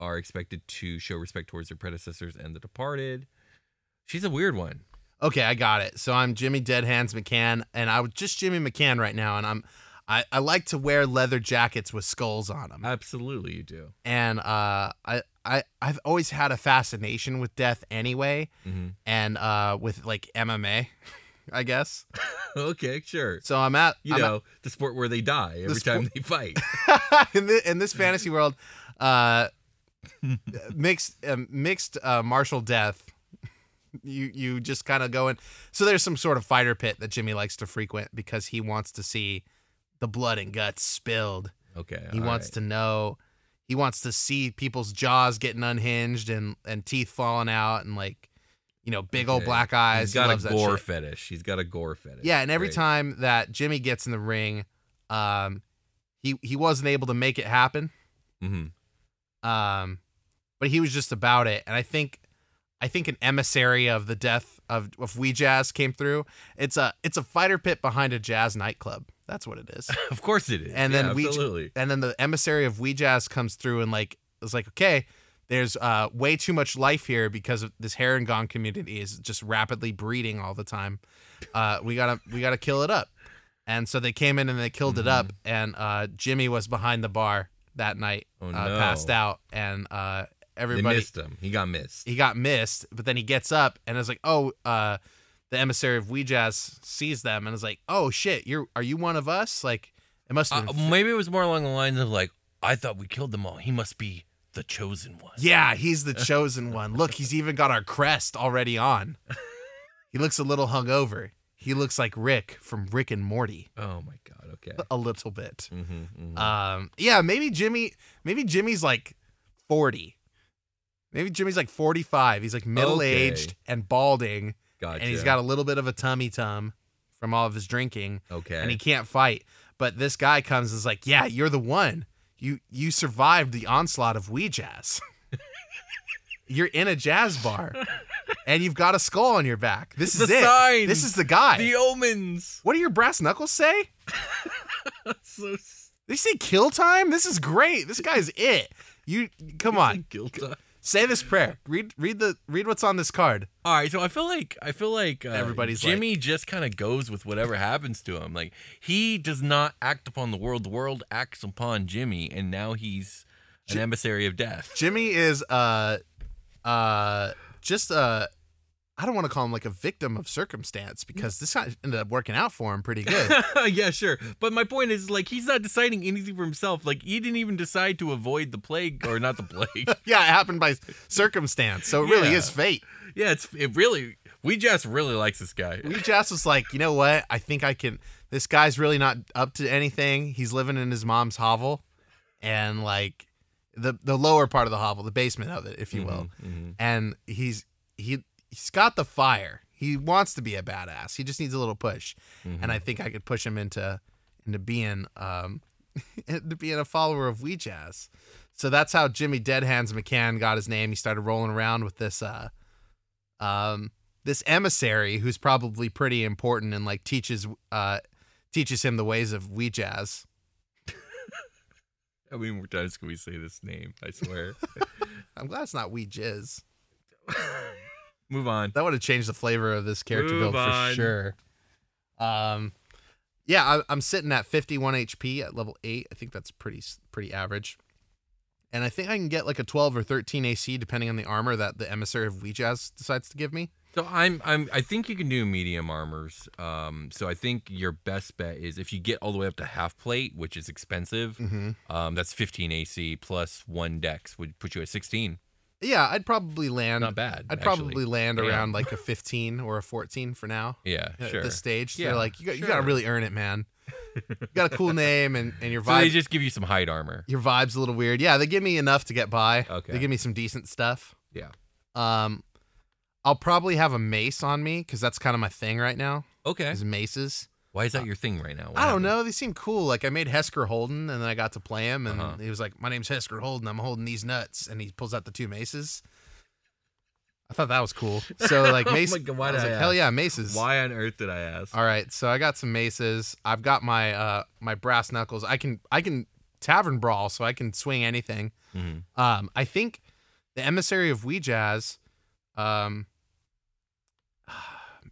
Speaker 3: are expected to show respect towards their predecessors and the departed. She's a weird one.
Speaker 1: Okay, I got it. So I'm Jimmy Dead Hands McCann, and I'm just Jimmy McCann right now, and I'm I, I like to wear leather jackets with skulls on them.
Speaker 3: Absolutely, you do.
Speaker 1: And uh, I I I've always had a fascination with death anyway,
Speaker 3: Mhm.
Speaker 1: and uh, with like MMA, I guess.
Speaker 3: okay, sure.
Speaker 1: So I'm at
Speaker 3: You
Speaker 1: I'm at-
Speaker 3: know the sport where they die every
Speaker 1: sport-
Speaker 3: time they fight.
Speaker 1: in, thi- in this fantasy world, uh, mixed um, mixed uh, martial death. You you just kind of go in. So there's some sort of fighter pit that Jimmy likes to frequent because he wants to see the blood and guts spilled.
Speaker 3: Okay,
Speaker 1: he
Speaker 3: all
Speaker 1: wants
Speaker 3: right.
Speaker 1: to know. He wants to see people's jaws getting unhinged and and teeth falling out and like you know big old
Speaker 3: Okay.
Speaker 1: black eyes.
Speaker 3: He's
Speaker 1: he
Speaker 3: got
Speaker 1: loves
Speaker 3: a
Speaker 1: that
Speaker 3: gore
Speaker 1: shit.
Speaker 3: fetish. He's got a gore fetish.
Speaker 1: Yeah, and every
Speaker 3: Great.
Speaker 1: time that Jimmy gets in the ring, um, he he wasn't able to make it happen.
Speaker 3: Mhm.
Speaker 1: Um, but he was just about it, and I think, I think an emissary of the death of of Wee Jazz came through. It's a it's a fighter pit behind a jazz nightclub. That's what it is.
Speaker 3: Of course it is.
Speaker 1: And
Speaker 3: Yeah,
Speaker 1: then we
Speaker 3: absolutely.
Speaker 1: and then the emissary of Wee Jazz comes through and like is like okay. There's uh, way too much life here because of this Harangon community is just rapidly breeding all the time. Uh, we gotta we gotta kill it up. And so they came in and they killed it up. And uh, Jimmy was behind the bar that night,
Speaker 3: Mm-hmm. Oh,
Speaker 1: uh,
Speaker 3: no.
Speaker 1: passed out, and uh,
Speaker 3: They
Speaker 1: everybody
Speaker 3: missed him. He got missed.
Speaker 1: he got missed. But then he gets up and is like, "Oh, uh, the emissary of Weejas sees them and is like, "Oh shit, you're are you one of us? Like it must have
Speaker 3: Uh,
Speaker 1: been
Speaker 3: maybe it was more along the lines of like, I thought we killed them all. He must be the chosen one.
Speaker 1: Yeah, he's the chosen one. Look, he's even got our crest already on. He looks a little hungover. He looks like Rick from Rick and Morty.
Speaker 3: Oh my god. Okay.
Speaker 1: A little bit.
Speaker 3: Mm-hmm,
Speaker 1: Um, yeah, maybe Jimmy. Maybe Jimmy's like forty. Maybe Jimmy's like forty-five. He's like middle-aged
Speaker 3: Okay.
Speaker 1: and balding,
Speaker 3: Gotcha.
Speaker 1: and he's got a little bit of a tummy tum from all of his drinking,
Speaker 3: okay.
Speaker 1: and he can't fight. But this guy comes and is like, "Yeah, you're the one. You you survived the onslaught of Wee Jazz. you're in a jazz bar, and you've got a skull on your back. This is
Speaker 3: The
Speaker 1: it.
Speaker 3: sign.
Speaker 1: This is the guy.
Speaker 3: the omens.
Speaker 1: what do your brass knuckles say?"
Speaker 3: so
Speaker 1: They say kill time. This is great. This guy's it. You come on.
Speaker 3: guilt.
Speaker 1: Say this prayer. Read read the read what's on this card.
Speaker 3: All right, so I feel like I feel like uh,
Speaker 1: Everybody's
Speaker 3: Jimmy just kind of goes with whatever happens to him. Like he does not act upon the world; the world acts upon Jimmy, and now he's an emissary of death.
Speaker 1: Jimmy is uh uh just uh I don't want to call him like a victim of circumstance because this guy ended up working out for him pretty good.
Speaker 3: yeah, sure. But my point is, like, he's not deciding anything for himself. Like, he didn't even decide to avoid the plague, or not the plague.
Speaker 1: yeah, it happened by circumstance. So it really
Speaker 3: Yeah.
Speaker 1: is fate.
Speaker 3: yeah, it's it really. We just really likes this guy.
Speaker 1: Lee Jass was like, you know what? I think I can. This guy's really not up to anything. He's living in his mom's hovel, and like the the lower part of the hovel, the basement of it, if you will. And he's he he's got the fire. He wants to be a badass. He just needs a little push, and I think I could push him into into being um into being a follower of Wee Jazz. So that's how Jimmy Dead Hands McCann got his name. He started rolling around with this uh um, this emissary who's probably pretty important and like teaches uh, teaches him the ways of Wee Jazz.
Speaker 3: How many more times can we say this name? I swear.
Speaker 1: I'm glad it's not Wee Jizz.
Speaker 3: Move on.
Speaker 1: That would have changed the flavor of this character
Speaker 3: Move
Speaker 1: build
Speaker 3: on.
Speaker 1: for sure. Um, yeah, I, I'm sitting at 51 HP at level eight. I think that's pretty s- pretty average. And I think I can get like a 12 or 13 AC depending on the armor that the emissary of Wee Jazz decides to give me.
Speaker 3: So I'm I'm I think you can do medium armors. Um, so I think your best bet is if you get all the way up to half plate, which is expensive.
Speaker 1: Mhm.
Speaker 3: Um, that's 15 AC plus one dex would put you at 16.
Speaker 1: Yeah, I'd probably land. Not
Speaker 3: bad.
Speaker 1: I'd
Speaker 3: actually.
Speaker 1: probably land
Speaker 3: Yeah.
Speaker 1: around like a 15 or a 14 for now.
Speaker 3: Yeah,
Speaker 1: at
Speaker 3: sure.
Speaker 1: This stage,
Speaker 3: Yeah,
Speaker 1: they're like, you got, you got
Speaker 3: sure.
Speaker 1: to really earn it, man. You got a cool name, and and your
Speaker 3: So they
Speaker 1: vibe,
Speaker 3: just give you some hide armor.
Speaker 1: your vibe's a little weird. Yeah, they give me enough to get by.
Speaker 3: Okay.
Speaker 1: They give me some decent stuff.
Speaker 3: Yeah.
Speaker 1: Um, I'll probably have a mace on me because that's kind of my thing right now.
Speaker 3: Okay.
Speaker 1: Is maces.
Speaker 3: Why is that your thing right now? What
Speaker 1: I don't
Speaker 3: happened?
Speaker 1: know. They seem cool. Like I made Hesker Holden, and then I got to play him, and
Speaker 3: Uh-huh.
Speaker 1: he was like, "My name's Hesker Holden. I'm holding these nuts," and he pulls out the two maces. I thought that was cool. So like
Speaker 3: Oh my
Speaker 1: mace,
Speaker 3: God, why
Speaker 1: I was
Speaker 3: did I
Speaker 1: like, "Hell
Speaker 3: ask?
Speaker 1: yeah, maces!"
Speaker 3: Why on earth did I ask?
Speaker 1: All right, so I got some maces. I've got my uh my brass knuckles. I can I can tavern brawl, so I can swing anything.
Speaker 3: Mhm.
Speaker 1: Um, I think the emissary of Wee Jazz. Um,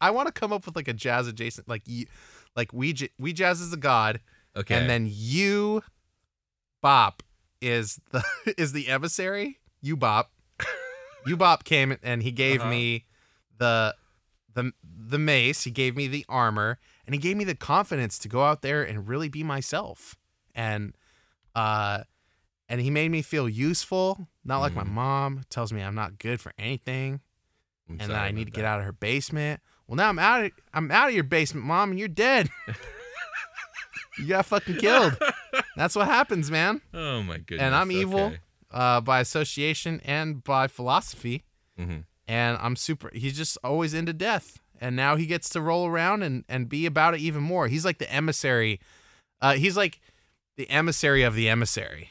Speaker 1: I want to come up with like a jazz adjacent, like you, like Wee J- Wee Jazz is the god,
Speaker 3: Okay.
Speaker 1: and then you, Bop, is the is the emissary. You Bop, you Bop came and he gave
Speaker 3: Uh-huh.
Speaker 1: me the the the mace. He gave me the armor, and he gave me the confidence to go out there and really be myself. And uh, and he made me feel useful. Not like my
Speaker 3: Mm.
Speaker 1: mom tells me I'm not good for anything,
Speaker 3: I'm
Speaker 1: and
Speaker 3: sorry
Speaker 1: that I
Speaker 3: about
Speaker 1: need to get
Speaker 3: that.
Speaker 1: out of her basement. Well, now I'm out. Of, I'm out of your basement, mom, and you're dead. you got fucking killed. That's what happens, man.
Speaker 3: Oh my goodness.
Speaker 1: and I'm
Speaker 3: okay.
Speaker 1: evil uh, by association and by philosophy
Speaker 3: Mhm.
Speaker 1: and I'm super. He's just always into death, and now he gets to roll around and and be about it even more. He's like the emissary. Uh, he's like the emissary of the emissary,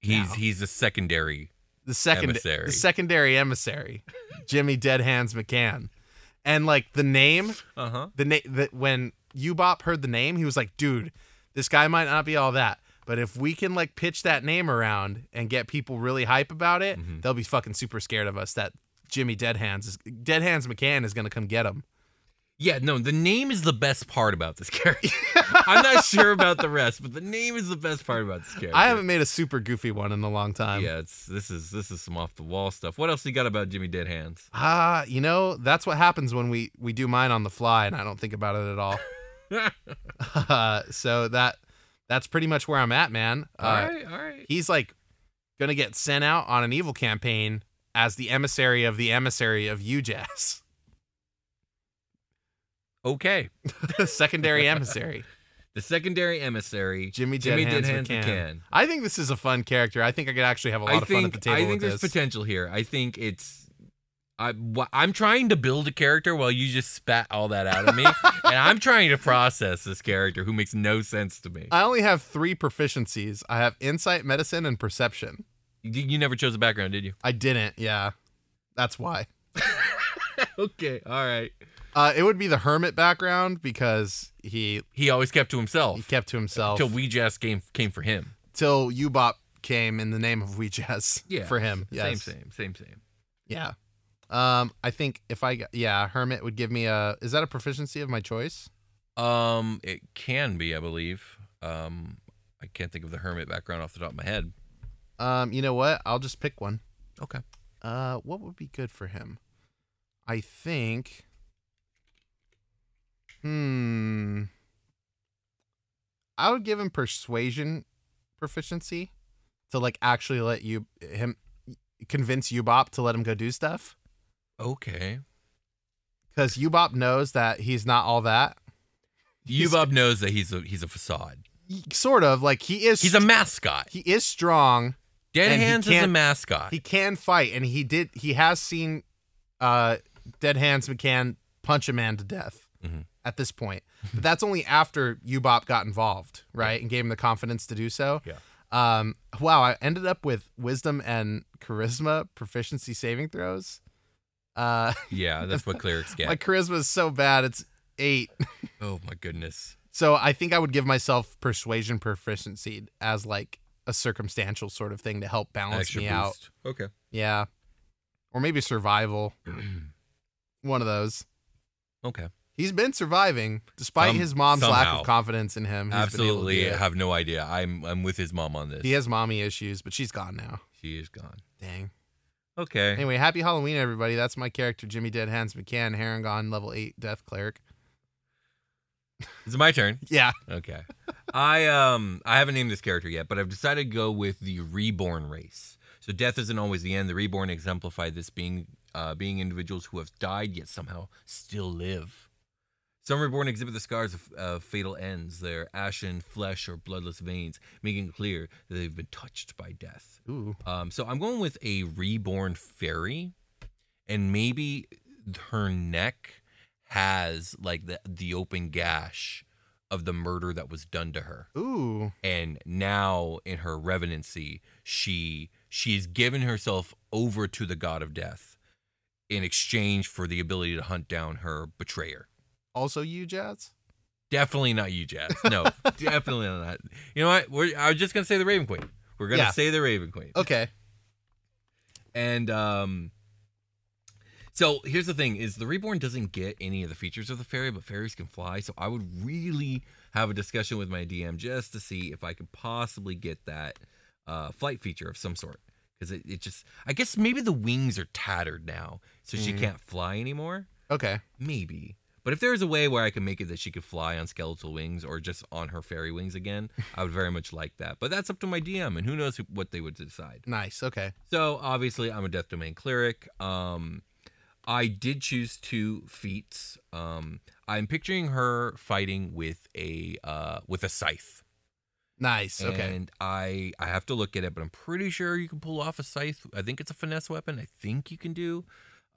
Speaker 3: He's he's a secondary.
Speaker 1: the second
Speaker 3: Emissary.
Speaker 1: the secondary emissary, Jimmy Dead Hands McCann, and like the name,
Speaker 3: Uh huh.
Speaker 1: the name that when Ubop heard the name, he was like, dude, this guy might not be all that. But if we can like pitch that name around and get people really hype about it,
Speaker 3: Mm-hmm.
Speaker 1: they'll be fucking super scared of us. That Jimmy Dead Hands is Dead Hands McCann is gonna come get him.
Speaker 3: Yeah, no, the name is the best part about this character. I'm not sure about the rest, but the name is the best part about this character.
Speaker 1: I haven't made a super goofy one in a long time.
Speaker 3: Yeah, it's this is this is some off the wall stuff. What else you got about Jimmy Dead Hands?
Speaker 1: Ah, you know that's what happens when we we do mine on the fly, and I don't think about it at all. uh, so that that's pretty much where I'm at, man. Uh,
Speaker 3: all right, all right.
Speaker 1: he's like gonna get sent out on an evil campaign as the emissary of the emissary of UJazz.
Speaker 3: Okay.
Speaker 1: Secondary emissary.
Speaker 3: The secondary emissary,
Speaker 1: Jimmy Dead
Speaker 3: Jimmy
Speaker 1: Hands
Speaker 3: Dead Hands
Speaker 1: McCann.
Speaker 3: McCann.
Speaker 1: I think this is a fun character. I think I could actually have a lot
Speaker 3: I
Speaker 1: of fun
Speaker 3: think
Speaker 1: at the table
Speaker 3: I think
Speaker 1: with
Speaker 3: there's
Speaker 1: this.
Speaker 3: potential here. I think it's I wh- I'm trying to build a character while you just spat all that out of me, and I'm trying to process this character who makes no sense to me.
Speaker 1: I only have three proficiencies. I have insight, medicine, and perception.
Speaker 3: you, you never chose a background, did you?
Speaker 1: I didn't. Yeah, that's why.
Speaker 3: okay, all right.
Speaker 1: Uh, it would be the hermit background because he
Speaker 3: He always kept to
Speaker 1: he
Speaker 3: himself
Speaker 1: kept to himself
Speaker 3: until We Jazz came came for him.
Speaker 1: till Ubop came in the name of We Jazz for him.
Speaker 3: Same,
Speaker 1: Yes.
Speaker 3: same, same, same.
Speaker 1: Yeah. Um, I think if I got- yeah, hermit would give me a is that a proficiency of my choice?
Speaker 3: Um, it can be, I believe. Um, I can't think of the hermit background off the top of my head.
Speaker 1: Um, you know what? I'll just pick one.
Speaker 3: Okay.
Speaker 1: Uh, what would be good for him? I think. Hmm. I would give him persuasion proficiency to like actually let you him convince Ubop to let him go do stuff
Speaker 3: Okay.
Speaker 1: because Ubop knows that he's not all that. He's-
Speaker 3: Yubub knows that he's a he's a facade.
Speaker 1: Sort of like he is.
Speaker 3: He's a mascot.
Speaker 1: he is strong.
Speaker 3: Dead
Speaker 1: and he
Speaker 3: Hands is a
Speaker 1: can't-
Speaker 3: mascot.
Speaker 1: He can fight, and he did. He has seen uh, Dead Hands McCann punch a man to death
Speaker 3: Mhm.
Speaker 1: at this point. But that's only after Ubop got involved, right, and gave him the confidence to do so.
Speaker 3: Yeah.
Speaker 1: Um. Wow. I ended up with wisdom and charisma proficiency saving throws. Uh,
Speaker 3: yeah, that's what clerics get.
Speaker 1: my charisma is so bad; it's eight.
Speaker 3: oh my goodness.
Speaker 1: So I think I would give myself persuasion proficiency as like a circumstantial sort of thing to help balance
Speaker 3: Extra
Speaker 1: me
Speaker 3: boost.
Speaker 1: out.
Speaker 3: Okay.
Speaker 1: Yeah. Or maybe survival. One of those.
Speaker 3: Okay.
Speaker 1: He's been surviving despite
Speaker 3: Some-
Speaker 1: his mom's lack
Speaker 3: somehow.
Speaker 1: of confidence in him. He's been able to
Speaker 3: Absolutely
Speaker 1: do it.
Speaker 3: have no idea. I'm I'm with his mom on this.
Speaker 1: He has mommy issues, but she's gone now.
Speaker 3: She is gone.
Speaker 1: Dang.
Speaker 3: Okay.
Speaker 1: Anyway, happy Halloween, everybody. That's my character, Jimmy Dead Hands McCann, Harangon, level 8 Death Cleric.
Speaker 3: Is it my turn?
Speaker 1: Yeah.
Speaker 3: Okay. I um I haven't named this character yet, but I've decided to go with the reborn race. So death isn't always the end. The reborn exemplify this being uh, being individuals who have died yet somehow still live. Some reborn exhibit the scars of uh, fatal ends, their ashen flesh or bloodless veins, making it clear that they've been touched by death.
Speaker 1: Ooh.
Speaker 3: Um, so I'm going with a reborn fairy, and maybe her neck has like the the open gash of the murder that was done to her.
Speaker 1: Ooh.
Speaker 3: And now in her revenancy, she she's given herself over to the god of death in exchange for the ability to hunt down her betrayer.
Speaker 1: Also, you, Jazz?
Speaker 3: Definitely not you, Jazz. No, definitely not. You know what? We're, I was just gonna say the Raven Queen. We're gonna
Speaker 1: Yeah.
Speaker 3: say the Raven Queen.
Speaker 1: Okay.
Speaker 3: And um so here's the thing is the reborn doesn't get any of the features of the fairy, but fairies can fly. So I would really have a discussion with my DM just to see if I could possibly get that uh flight feature of some sort. Because it, it just I guess maybe the wings are tattered now, so she
Speaker 1: Mhm.
Speaker 3: can't fly anymore.
Speaker 1: Okay.
Speaker 3: Maybe. But if there is a way where I can make it that she could fly on skeletal wings or just on her fairy wings again, I would very much like that. But that's up to my DM, and who knows who, what they would decide.
Speaker 1: Nice. Okay.
Speaker 3: So obviously, I'm a death domain cleric. Um, I did choose two feats. Um, I'm picturing her fighting with a uh, with a scythe.
Speaker 1: Nice. Okay.
Speaker 3: And I I have to look at it, but I'm pretty sure you can pull off a scythe. I think it's a finesse weapon. I think you can do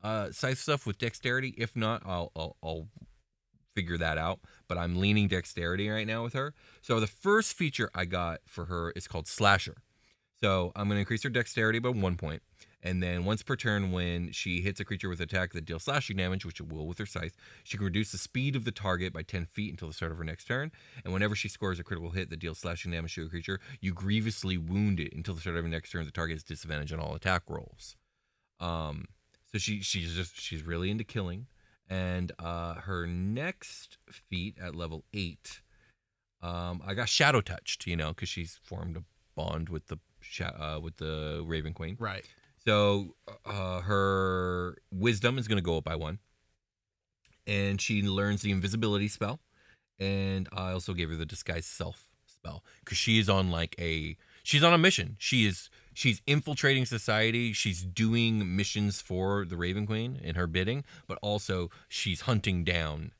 Speaker 3: uh, scythe stuff with dexterity. If not, I'll, I'll I'll figure that out. But I'm leaning dexterity right now with her. So the first feature I got for her is called slasher. So I'm going to increase her dexterity by one point. And then once per turn, when she hits a creature with attack that deals slashing damage, which it will with her scythe, she can reduce the speed of the target by 10 feet until the start of her next turn. And whenever she scores a critical hit that deals slashing damage to a creature, you grievously wound it until the start of her next turn. The target has disadvantage on all attack rolls. Um, so she she's just she's really into killing, and uh, her next feat at level eight, um, I got shadow touched, you know, because she's formed a bond with the sha- uh, with the Raven Queen.
Speaker 1: Right.
Speaker 3: So uh, her wisdom is going to go up by one, and she learns the invisibility spell, and I also gave her the disguise self spell because she is on like a she's on a mission. She is she's infiltrating society. She's doing missions for the Raven Queen in her bidding, but also she's hunting down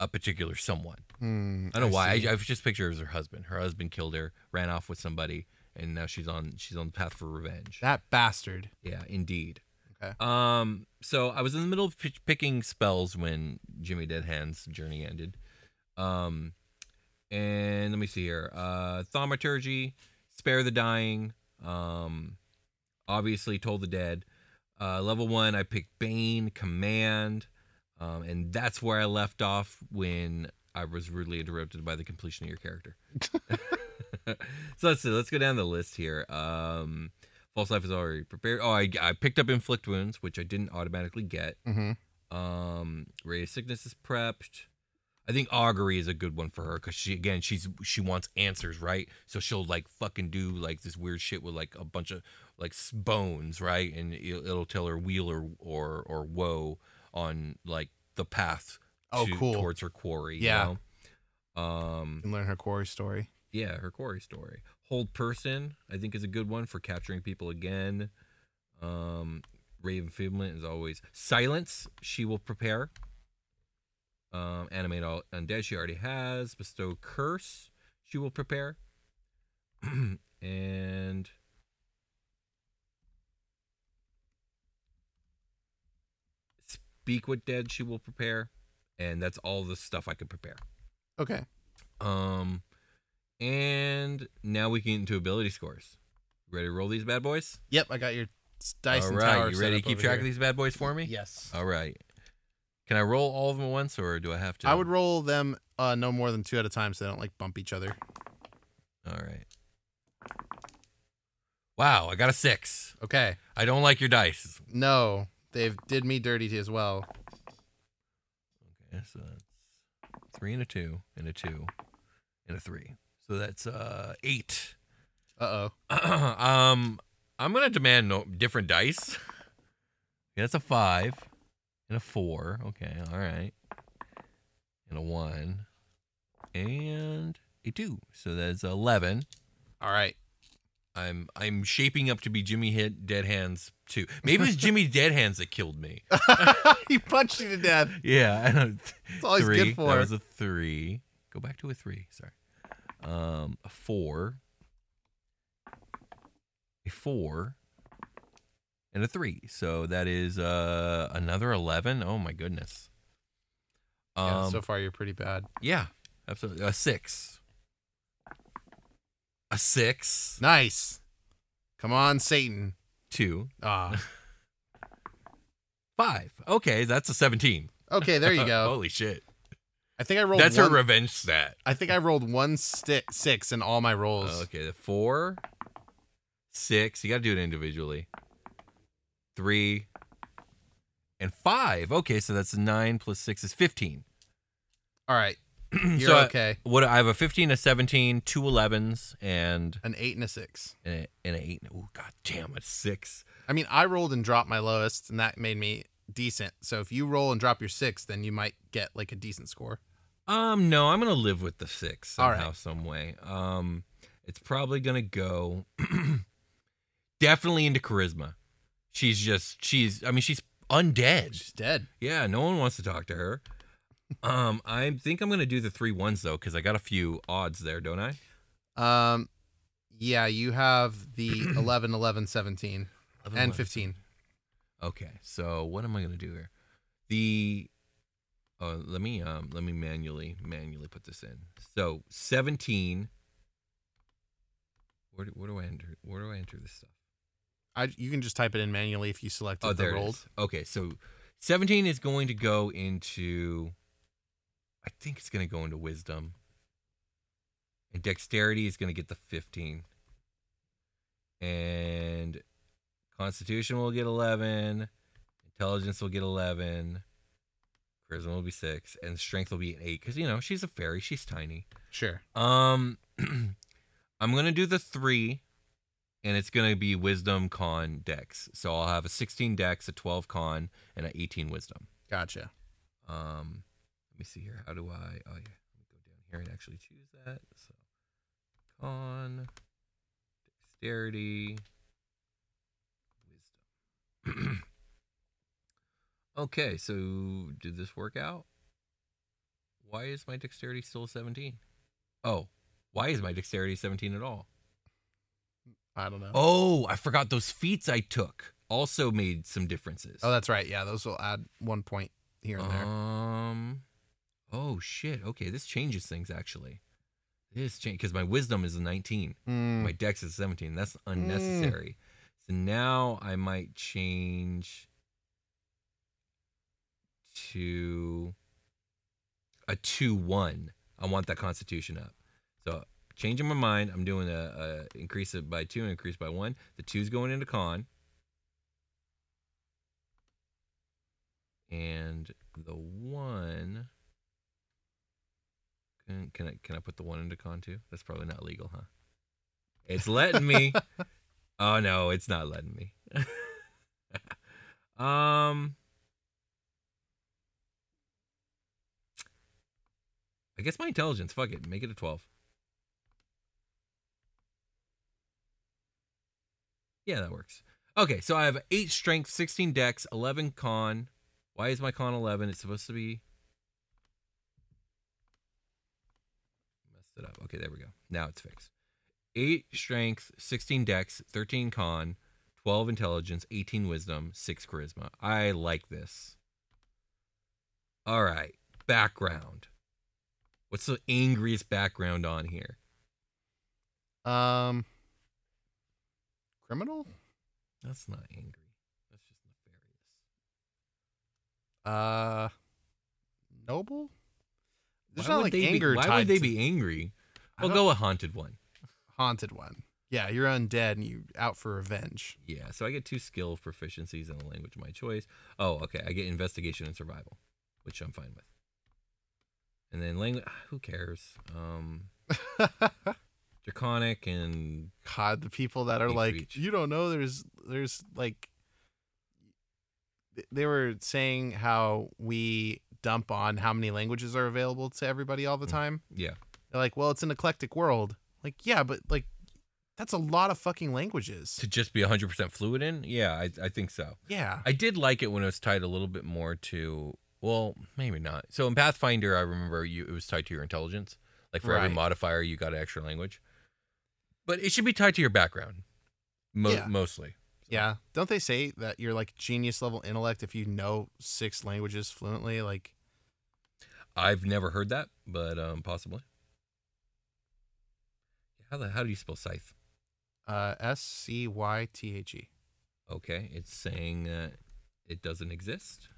Speaker 3: a particular someone.
Speaker 1: Hmm,
Speaker 3: I don't know why.
Speaker 1: see.
Speaker 3: I, I just picture her as her husband. Her husband killed her, ran off with somebody, and now she's on she's on the path for revenge.
Speaker 1: that bastard.
Speaker 3: Yeah, indeed.
Speaker 1: Okay.
Speaker 3: Um, so I was in the middle of p- picking spells when Jimmy Dead Hands' journey ended. Um, and let me see here. Uh, Thaumaturgy, Spare the Dying, um, obviously Toll the Dead. Uh, level one, I picked Bane, Command, um, and that's where I left off when I was rudely interrupted by the completion of your character. so let's see, let's go down the list here. Um, false life is already prepared. Oh, I, I picked up inflict wounds, which I didn't automatically get.
Speaker 1: Mm-hmm.
Speaker 3: Um, ray of sickness is prepped. I think augury is a good one for her because she again she's she wants answers right, so she'll like fucking do like this weird shit with like a bunch of like s- bones right, and it'll, it'll tell her wheel or or or woe on like the path.
Speaker 1: Oh,
Speaker 3: to-
Speaker 1: cool.
Speaker 3: Towards her quarry.
Speaker 1: Yeah.
Speaker 3: You know? Um.
Speaker 1: And learn her quarry story.
Speaker 3: Yeah, her quarry story. Hold person, I think, is a good one for capturing people again. Um, Raven Fimlin is always silence. She will prepare. Um, animate all undead. She already has bestow curse. She will prepare. and speak with dead. She will prepare, and that's all the stuff I could prepare.
Speaker 1: Okay.
Speaker 3: Um, and now we can get into ability scores. Ready to roll these bad boys?
Speaker 1: Yep. I got your dice
Speaker 3: all
Speaker 1: and
Speaker 3: right,
Speaker 1: tower
Speaker 3: you
Speaker 1: set
Speaker 3: ready
Speaker 1: up
Speaker 3: to keep
Speaker 1: over
Speaker 3: track
Speaker 1: here.
Speaker 3: of these bad boys for me?
Speaker 1: Yes.
Speaker 3: All right. Can I roll all of them at once, or do I have to?
Speaker 1: I would roll them uh, no more than two at a time so they don't like bump each other.
Speaker 3: All right. Wow, I got a six.
Speaker 1: Okay.
Speaker 3: I don't like your dice.
Speaker 1: No, they've did me dirty as well.
Speaker 3: Okay, so that's three and a two and a two and a three. So that's uh eight.
Speaker 1: Uh oh.
Speaker 3: um, I'm gonna demand no different dice. that's a five and a four. Okay, all right. And a one and a two. So that's eleven.
Speaker 1: All right.
Speaker 3: I'm I'm shaping up to be Jimmy Hit Dead Hands two. Maybe it's Jimmy Dead Hands that killed me.
Speaker 1: he punched you to death.
Speaker 3: Yeah, I don't.
Speaker 1: That's all he's
Speaker 3: three.
Speaker 1: good for.
Speaker 3: That was a three. Go back to a three. Sorry. Um, a four, a four, and a three. So that is uh another eleven. Oh my goodness.
Speaker 1: Yeah,
Speaker 3: Um,
Speaker 1: so far, you're pretty bad.
Speaker 3: Yeah, absolutely. A six. A six.
Speaker 1: Nice. Come on, Satan.
Speaker 3: Two.
Speaker 1: Ah.
Speaker 3: Five. Okay, that's a seventeen.
Speaker 1: Okay, there you go.
Speaker 3: Holy shit.
Speaker 1: I think I rolled.
Speaker 3: That's
Speaker 1: one,
Speaker 3: her revenge stat.
Speaker 1: I think I rolled one sti six in all my rolls.
Speaker 3: Oh, Okay, the four, six. You got to do it individually. Three and five. Okay, so that's nine plus six is fifteen.
Speaker 1: All right. You're
Speaker 3: so I-
Speaker 1: okay.
Speaker 3: what I have a fifteen, a seventeen, two 11s, and
Speaker 1: An eight and a six.
Speaker 3: and a- and an eight. Oh god damn, a six.
Speaker 1: I mean, I rolled and dropped my lowest, and that made me decent. So if you roll and drop your six, then you might get like a decent score.
Speaker 3: Um, no, I'm gonna live with the six
Speaker 1: All right.
Speaker 3: somehow, some way. Um, it's probably gonna go definitely into charisma. She's just she's. I mean, she's undead.
Speaker 1: She's dead.
Speaker 3: Yeah, no one wants to talk to her. Um, I think I'm gonna do the three ones though, because I got a few odds there, don't I?
Speaker 1: Um, yeah, you have the 11, 11, 17,
Speaker 3: 11,
Speaker 1: and
Speaker 3: 11.
Speaker 1: 15.
Speaker 3: Okay, so what am I gonna do here? The oh, let me um, let me manually manually put this in. So 17. Where do, where do I enter? Where do I enter this stuff?
Speaker 1: I, you can just type it in manually if you selected
Speaker 3: Oh,
Speaker 1: the
Speaker 3: there it
Speaker 1: rolled.
Speaker 3: is. Okay, so 17 is going to go into. I think it's going to go into wisdom. And dexterity is going to get the 15. And constitution will get 11. Intelligence will get 11. Charisma will be 6. And strength will be an 8. Because, you know, she's a fairy. She's tiny.
Speaker 1: Sure.
Speaker 3: Um, I'm gonna do the three, and it's gonna be wisdom, con, dex. So I'll have a 16 dex, a 12 con, and an 18 wisdom.
Speaker 1: Gotcha.
Speaker 3: Um, let me see here. How do I? Oh yeah, let me go down here and actually choose that. So con, dexterity, wisdom. okay, so did this work out? Why is my dexterity still 17? Oh, why is my dexterity 17 at all?
Speaker 1: I don't know. Oh,
Speaker 3: Oh, I forgot those feats I took also made some differences.
Speaker 1: Oh, that's right. Yeah, those will add one point here and there.
Speaker 3: Um. Oh shit. Okay, this changes things actually. This change because my wisdom is a nineteen,
Speaker 1: Mm.
Speaker 3: my dex is seventeen. That's unnecessary. So now I might change to a two one. I want that constitution up. So changing my mind, I'm doing a, a increase it by two and increase by one. The two's going into con. and the one can, can I can I put the one into con too? That's probably not legal, huh? It's letting me. oh no, it's not letting me. um I guess my intelligence, fuck it, make it a 12. Yeah, that works. Okay, so I have 8 strength, 16 dex, 11 con, why is my con 11? It's supposed to be. Messed it up. Okay, there we go. Now it's fixed. 8 strength, 16 dex, 13 con, 12 intelligence, 18 wisdom, 6 charisma. I like this. All right. Background. What's the angriest background on here?
Speaker 1: Um, criminal?
Speaker 3: That's not angry. That's just
Speaker 1: Uh,
Speaker 3: nefarious.
Speaker 1: noble? There's
Speaker 3: Why
Speaker 1: not
Speaker 3: would
Speaker 1: like
Speaker 3: they be-
Speaker 1: anger
Speaker 3: Why
Speaker 1: tied
Speaker 3: would they
Speaker 1: to
Speaker 3: be angry?
Speaker 1: I
Speaker 3: We'll
Speaker 1: don't-
Speaker 3: go a haunted one.
Speaker 1: haunted one. Yeah, you're undead and you out for revenge.
Speaker 3: Yeah, so I get two skill proficiencies in the language of my choice. Oh, okay. I get investigation and survival, which I'm fine with. And then language, who cares? Um, draconic and
Speaker 1: God, the people that are
Speaker 3: Deep
Speaker 1: like,
Speaker 3: reach.
Speaker 1: you don't know, there's there's like they were saying how we dump on how many languages are available to everybody all the
Speaker 3: Mm.
Speaker 1: time.
Speaker 3: Yeah.
Speaker 1: They're like, well, it's an eclectic world. Like, yeah, but like, that's a lot of fucking languages.
Speaker 3: To just be 100% fluid in? Yeah, I, I think so.
Speaker 1: Yeah.
Speaker 3: I did like it when it was tied a little bit more to, well, maybe not. So in Pathfinder, I remember you it was tied to your intelligence. Like for every
Speaker 1: Right.
Speaker 3: modifier, you got an extra language. But it should be tied to your background, mo-
Speaker 1: Yeah.
Speaker 3: mostly.
Speaker 1: Yeah. Don't they say that you're like genius level intellect if you know six languages fluently? Like,
Speaker 3: I've never heard that, but um, possibly. How the how do you spell scythe?
Speaker 1: uh, S C Y T H E.
Speaker 3: Okay, it's saying uh, it doesn't exist.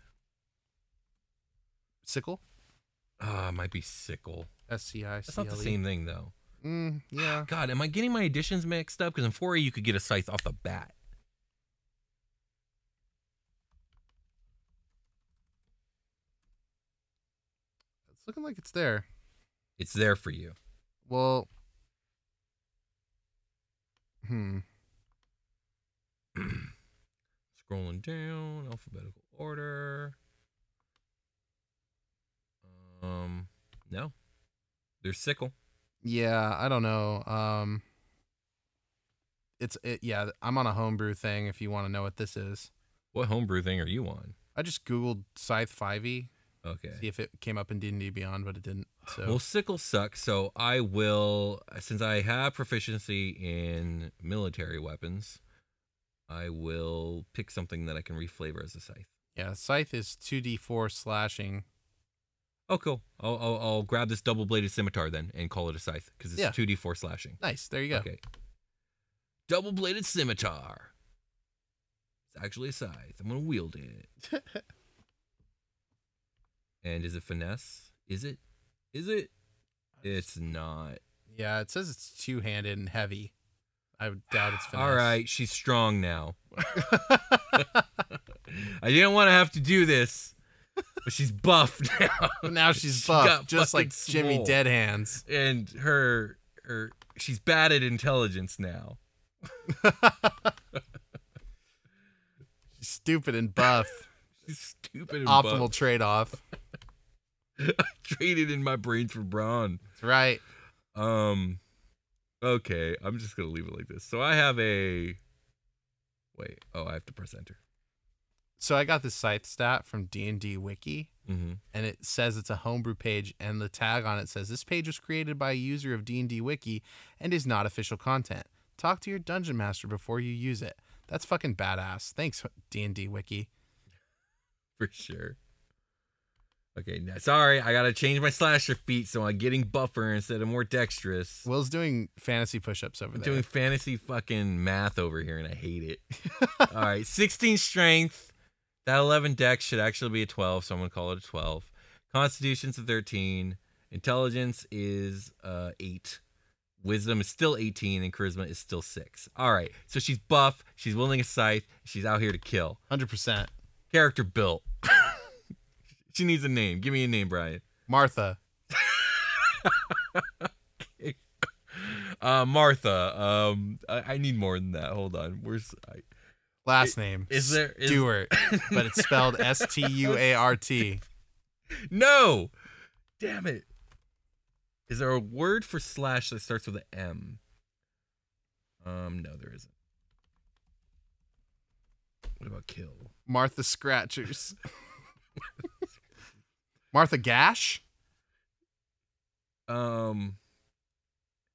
Speaker 1: Sickle?
Speaker 3: Ah, it might be sickle.
Speaker 1: S C I C L E.
Speaker 3: That's not the same thing though.
Speaker 1: Mm, yeah.
Speaker 3: God, am I getting my editions mixed up? Because in 4A you could get a scythe off the bat.
Speaker 1: It's looking like it's there.
Speaker 3: It's there for you.
Speaker 1: Well, hmm.
Speaker 3: Scrolling down, alphabetical order. Um, no, there's sickle.
Speaker 1: Yeah, I don't know. Um, it's it, yeah. I'm on a homebrew thing. If you want to know what this is,
Speaker 3: What homebrew thing are you on?
Speaker 1: I just googled Scythe Five E.
Speaker 3: Okay.
Speaker 1: See if it came up in D and D Beyond, but it didn't. So
Speaker 3: Well, sickle sucks, so I will, since I have proficiency in military weapons, I will pick something that I can reflavor as a scythe.
Speaker 1: yeah, Scythe is two D four slashing.
Speaker 3: Oh, cool. I'll, I'll, I'll grab this double bladed scimitar then and call it a scythe because it's
Speaker 1: Yeah.
Speaker 3: 2d4 slashing.
Speaker 1: Nice. There you go.
Speaker 3: Okay. Double bladed scimitar. It's actually a scythe. I'm going to wield it. and is it finesse? Is it? Is it? It's not.
Speaker 1: Yeah, it says it's two handed and heavy. I would doubt it's finesse.
Speaker 3: All right, she's strong now. I didn't want to have to do this, but she's buffed now.
Speaker 1: Now she's
Speaker 3: She
Speaker 1: buff,
Speaker 3: got
Speaker 1: just like
Speaker 3: fucking
Speaker 1: Jimmy
Speaker 3: swole.
Speaker 1: Dead Hands.
Speaker 3: and her her she's bad at intelligence now.
Speaker 1: She's stupid and buff.
Speaker 3: She's stupid and
Speaker 1: Optimal
Speaker 3: buff.
Speaker 1: trade off.
Speaker 3: I traded in my brains for brawn.
Speaker 1: That's right.
Speaker 3: Um okay, I'm just going to leave it like this. So I have a Wait, oh, I have to press enter.
Speaker 1: So I got this scythe stat from D and D Wiki,
Speaker 3: Mhm.
Speaker 1: and it says it's a homebrew page, and the tag on it says this page was created by a user of D and D Wiki and is not official content. Talk to your dungeon master before you use it. That's fucking badass. Thanks, D and D Wiki.
Speaker 3: for sure. Okay, now, sorry, I gotta change my slasher feet, so I'm getting buffer instead of more dexterous.
Speaker 1: Will's doing fantasy push-ups over
Speaker 3: I'm
Speaker 1: there.
Speaker 3: doing fantasy fucking math over here, and I hate it. All right, 16 strength. That 11 dex should actually be a 12, so I'm gonna call it a 12. Constitution's a 13. Intelligence is uh, eight. Wisdom is still 18, and charisma is still six. All right, so she's buff. She's wielding a scythe. She's out here to kill.
Speaker 1: hundred percent.
Speaker 3: Character built. she needs a name. Give me a name, Brian.
Speaker 1: Martha.
Speaker 3: Uh, Martha. Um, I, I need more than that. Hold on. Where's I,
Speaker 1: Last name
Speaker 3: is there- is-
Speaker 1: Stewart, but it's spelled S T U A R T.
Speaker 3: no? Damn it! Is there a word for slash that starts with an M? Um, no, there isn't. What about kill?
Speaker 1: Martha Scratchers. Martha Gash.
Speaker 3: Um,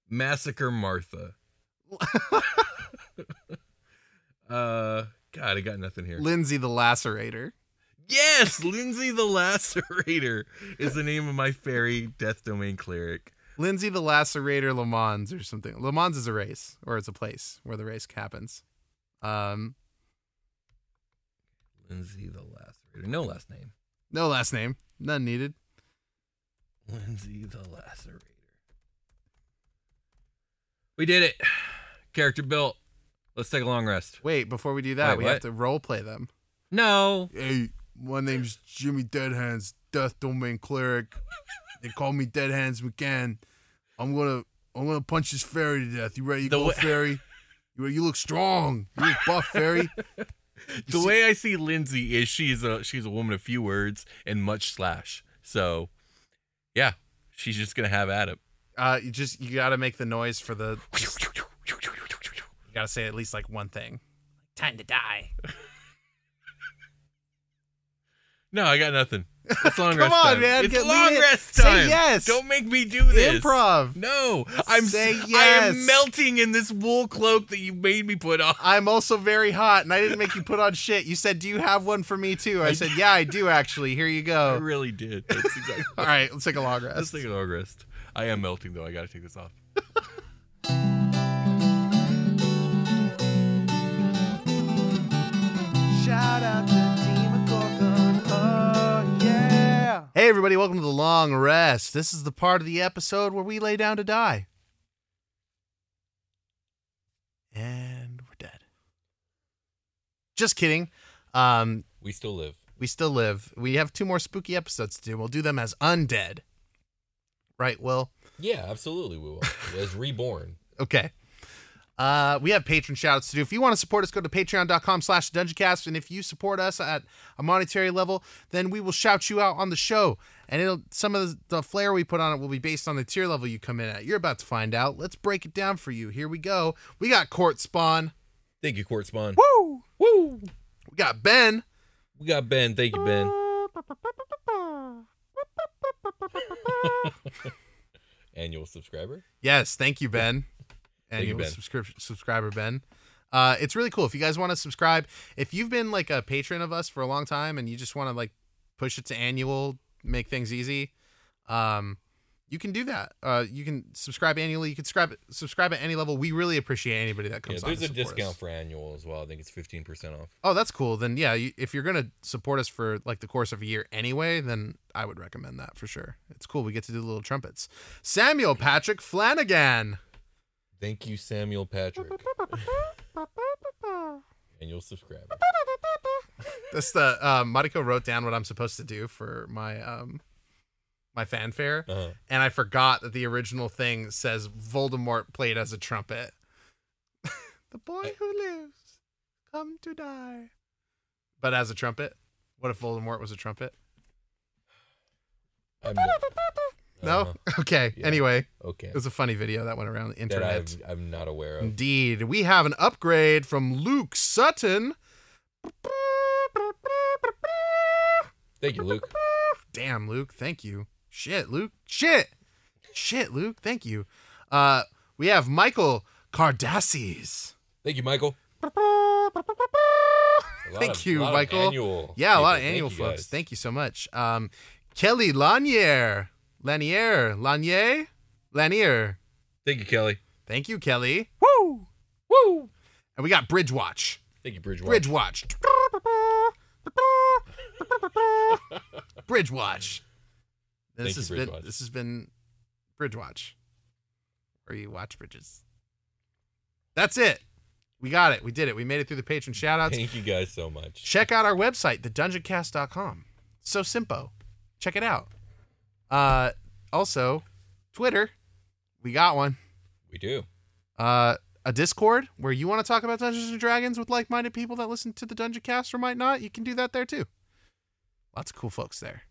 Speaker 3: massacre Martha. uh, God, I got nothing here.
Speaker 1: Lindsay the Lacerator.
Speaker 3: Yes, Lindsay the Lacerator is the name of my fairy death domain cleric.
Speaker 1: Lindsay the Lacerator Le Mans or something. Le Mans is a race or it's a place where the race happens. Um,
Speaker 3: Lindsay the Lacerator. No last name.
Speaker 1: no last name, none needed.
Speaker 3: Lindsay the Lacerator. We did it. Character built. Let's take a long rest.
Speaker 1: Wait, before we do that,
Speaker 3: Wait,
Speaker 1: we
Speaker 3: what?
Speaker 1: have to role play them.
Speaker 3: No.
Speaker 1: Hey, my name's Jimmy Deadhands, Death Domain Cleric. They call me Deadhands McCann. I'm gonna, I'm gonna punch this fairy to death. You ready? You
Speaker 3: The
Speaker 1: go,
Speaker 3: wa-
Speaker 1: fairy. You, you look strong. You look buff, fairy.
Speaker 3: the way I see Lindsay is she's a she's a woman of few words and much slash. So, yeah, she's just gonna have at it.
Speaker 1: Uh, you just you got to make the noise for the. You got to say at least like one thing.
Speaker 6: Time to die.
Speaker 3: No, I got nothing. It's long
Speaker 1: Come
Speaker 3: rest
Speaker 1: on,
Speaker 3: time.
Speaker 1: man,
Speaker 3: It's
Speaker 1: get-
Speaker 3: long
Speaker 1: leave it.
Speaker 3: rest
Speaker 1: Say
Speaker 3: time.
Speaker 1: yes.
Speaker 3: Don't make me do this.
Speaker 1: Improv.
Speaker 3: No, I'm
Speaker 1: Say
Speaker 3: I
Speaker 1: yes.
Speaker 3: am melting in this wool cloak that you made me put on.
Speaker 1: I'm also very hot, and I didn't make you put on shit. You said, "Do you have one for me too?" I said, "Yeah, I do actually. Here you
Speaker 3: I
Speaker 1: go."
Speaker 3: really did. That's exactly.
Speaker 1: All right, let's take a long rest.
Speaker 3: Let's take a long rest. I am melting though. I got to take this off.
Speaker 9: Shout out to Team McCorkle. Oh, yeah.
Speaker 1: Hey, everybody, welcome to the long rest. This is the part of the episode where we lay down to die. And we're dead. Just kidding. Um,
Speaker 3: We still live.
Speaker 1: we still live. We have two more spooky episodes to do. We'll do them as undead. Right, Will?
Speaker 3: Yeah, absolutely. We will. As reborn.
Speaker 1: Okay. Uh, we have patron shoutouts to do. If you want to support us, go to patreon.com slash dungeoncast. And if you support us at a monetary level, then we will shout you out on the show. And it'll some of the, the flair we put on it will be based on the tier level you come in at. You're about to find out. Let's break it down for you. Here we go. We got Court Spawn.
Speaker 3: Thank you, Court Spawn.
Speaker 1: Woo!
Speaker 3: Woo!
Speaker 1: We got Ben.
Speaker 3: We got Ben. Thank you, Ben. Annual subscriber.
Speaker 1: Yes, thank you, Ben.
Speaker 3: Thank
Speaker 1: And you
Speaker 3: you, Ben.
Speaker 1: subscrip- subscriber Ben. Uh, it's really cool. If you guys want to subscribe, if you've been like a patron of us for a long time and you just want to like push it to annual, make things easy, um, you can do that. Uh, you can subscribe annually. You can subscribe subscribe at any level. We really appreciate anybody that
Speaker 3: Yeah,
Speaker 1: comes. on
Speaker 3: there's
Speaker 1: to
Speaker 3: a
Speaker 1: support us.
Speaker 3: discount for annual as well. I think it's fifteen percent off.
Speaker 1: Oh, that's cool. Then yeah, you, if you're gonna support us for like the course of a year anyway, then I would recommend that for sure. It's cool. We get to do the little trumpets. Samuel Patrick Flanagan.
Speaker 3: Thank you, Samuel Patrick. Annual subscriber.
Speaker 1: That's the um, Mariko wrote down what I'm supposed to do for my um my fanfare,
Speaker 3: Uh-huh.
Speaker 1: and I forgot that the original thing says Voldemort played as a trumpet. the boy who lives, come to die. But as a trumpet, what if Voldemort was a trumpet?
Speaker 3: I'm uh-huh.
Speaker 1: No. Okay. Anyway.
Speaker 3: Okay.
Speaker 1: It was a funny video that went around the
Speaker 3: that uh,
Speaker 1: internet.
Speaker 3: I'm, I'm not aware of.
Speaker 1: Indeed. We have an upgrade from Luke Sutton.
Speaker 3: Thank you, Luke.
Speaker 1: Damn, Luke. Thank you. Shit, Luke. Shit. Shit, Luke. Thank you. Uh, we have Michael Cardassis.
Speaker 3: Thank you, Michael. A lot
Speaker 1: Thank
Speaker 3: of-
Speaker 1: you,
Speaker 3: lot of
Speaker 1: Michael.
Speaker 3: annual
Speaker 1: yeah, a lot of
Speaker 3: people. Thank
Speaker 1: annual
Speaker 3: you
Speaker 1: folks.
Speaker 3: guys.
Speaker 1: Thank you so much. Um, Kelly Lanier. Lanier. Lanier. Lanier.
Speaker 3: Thank you, Kelly.
Speaker 1: Thank you, Kelly. Woo! Woo! And we got Bridgewatch.
Speaker 3: Thank you, Bridgewater.
Speaker 1: Bridgewatch. Bridgewatch. This
Speaker 3: Thank you,
Speaker 1: has been
Speaker 3: Bridgewatch.
Speaker 1: this has been Bridgewatch. Where you watch bridges. That's it. We got it. We did it. We made it through the patron shout outs.
Speaker 3: Thank you guys so much.
Speaker 1: Check out our website, thedungeoncast.com. So simple. Check it out. Uh also, Twitter. We got one
Speaker 3: We do.
Speaker 1: uh, a Discord where you want to talk about Dungeons and Dragons with like-minded people that listen to the Dungeon Cast or might not, you can do that there too. Lots of cool folks there.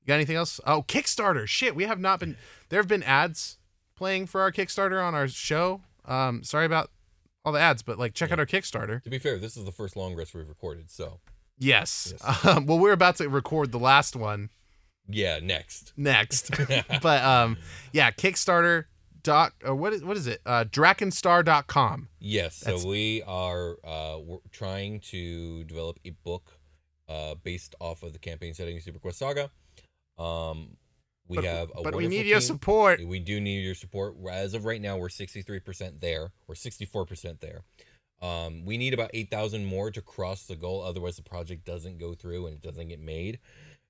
Speaker 1: You got anything else? Oh, Kickstarter. Shit, we have not been. There have been ads playing for our Kickstarter on our show. Um, sorry about all the ads, but like check out our Kickstarter.
Speaker 3: To be fair, this is the first long rest we've recorded, so
Speaker 1: Yes. Um, well, we're about to record the last one
Speaker 3: yeah, next.
Speaker 1: next, but um, yeah, Kickstarter. Doc, or what is what is it? Uh, Drakenstar.com.
Speaker 3: Yes, so
Speaker 1: That's-
Speaker 3: we are uh, we're trying to develop a book uh, based off of the campaign setting of Super Quest Saga. Um, we
Speaker 1: But-
Speaker 3: have a
Speaker 1: but we
Speaker 3: wonderful
Speaker 1: need your
Speaker 3: team.
Speaker 1: support.
Speaker 3: We do need your support. As of right now, we're sixty three percent there, or sixty four percent there. Um, we need about eight thousand more to cross the goal. Otherwise, the project doesn't go through and it doesn't get made.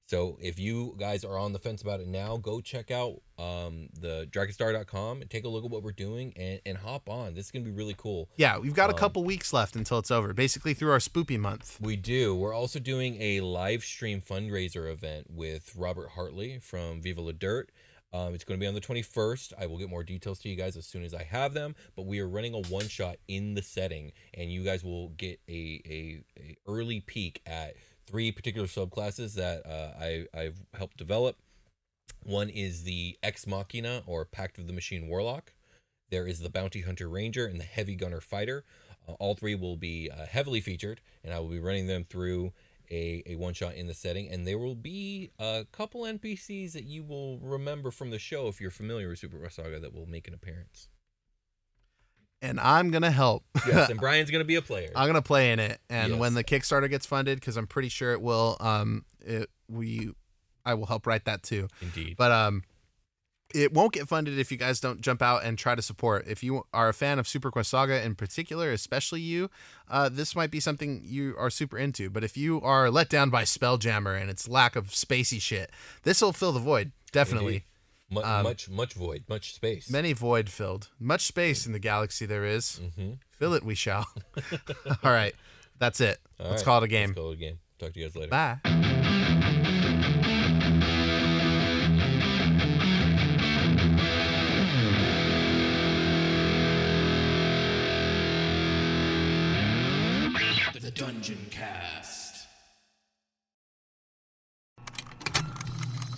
Speaker 3: So if you guys are on the fence about it now, go check out um, the dragonstar.com and take a look at what we're doing and, and hop on. This is going to be really cool.
Speaker 1: Yeah, we've got a
Speaker 3: Um,
Speaker 1: couple weeks left until it's over, basically through our spoopy month.
Speaker 3: We do. We're also doing a live stream fundraiser event with Robert Hartley from Viva La Dirt. Um, it's going to be on the 21st. I will get more details to you guys as soon as I have them. But we are running a one shot in the setting, and you guys will get a, a, a early peek at three particular subclasses that uh, I I've helped develop. One is the Ex Machina or Pact of the Machine Warlock. There is the Bounty Hunter Ranger and the Heavy Gunner Fighter. Uh, all three will be uh, heavily featured, and I will be running them through a, a one shot in the setting. And there will be a couple NPCs that you will remember from the show if you're familiar with Super Rust Saga that will make an appearance.
Speaker 1: and I'm gonna help.
Speaker 3: Yes, and Brian's going to be a player.
Speaker 1: I'm gonna play in it, and
Speaker 3: Yes.
Speaker 1: when the Kickstarter gets funded, because I'm pretty sure it will, um, it we, I will help write that too.
Speaker 3: Indeed.
Speaker 1: but um, it won't get funded if you guys don't jump out and try to support. If you are a fan of Super Quest Saga in particular, especially you, uh, this might be something you are super into. But if you are let down by Spelljammer and its lack of spacey shit, this will fill the void definitely.
Speaker 3: Indeed. Mu-
Speaker 1: Um,
Speaker 3: much, much void, much space.
Speaker 1: Many void filled. Much space in the galaxy there is.
Speaker 3: Mhm.
Speaker 1: Fill it, we shall. All right. That's it.
Speaker 3: All
Speaker 1: Let's
Speaker 3: right,
Speaker 1: call it a game.
Speaker 3: Let's call it a game. Talk to you guys later.
Speaker 1: Bye.
Speaker 10: The Dungeon Cast.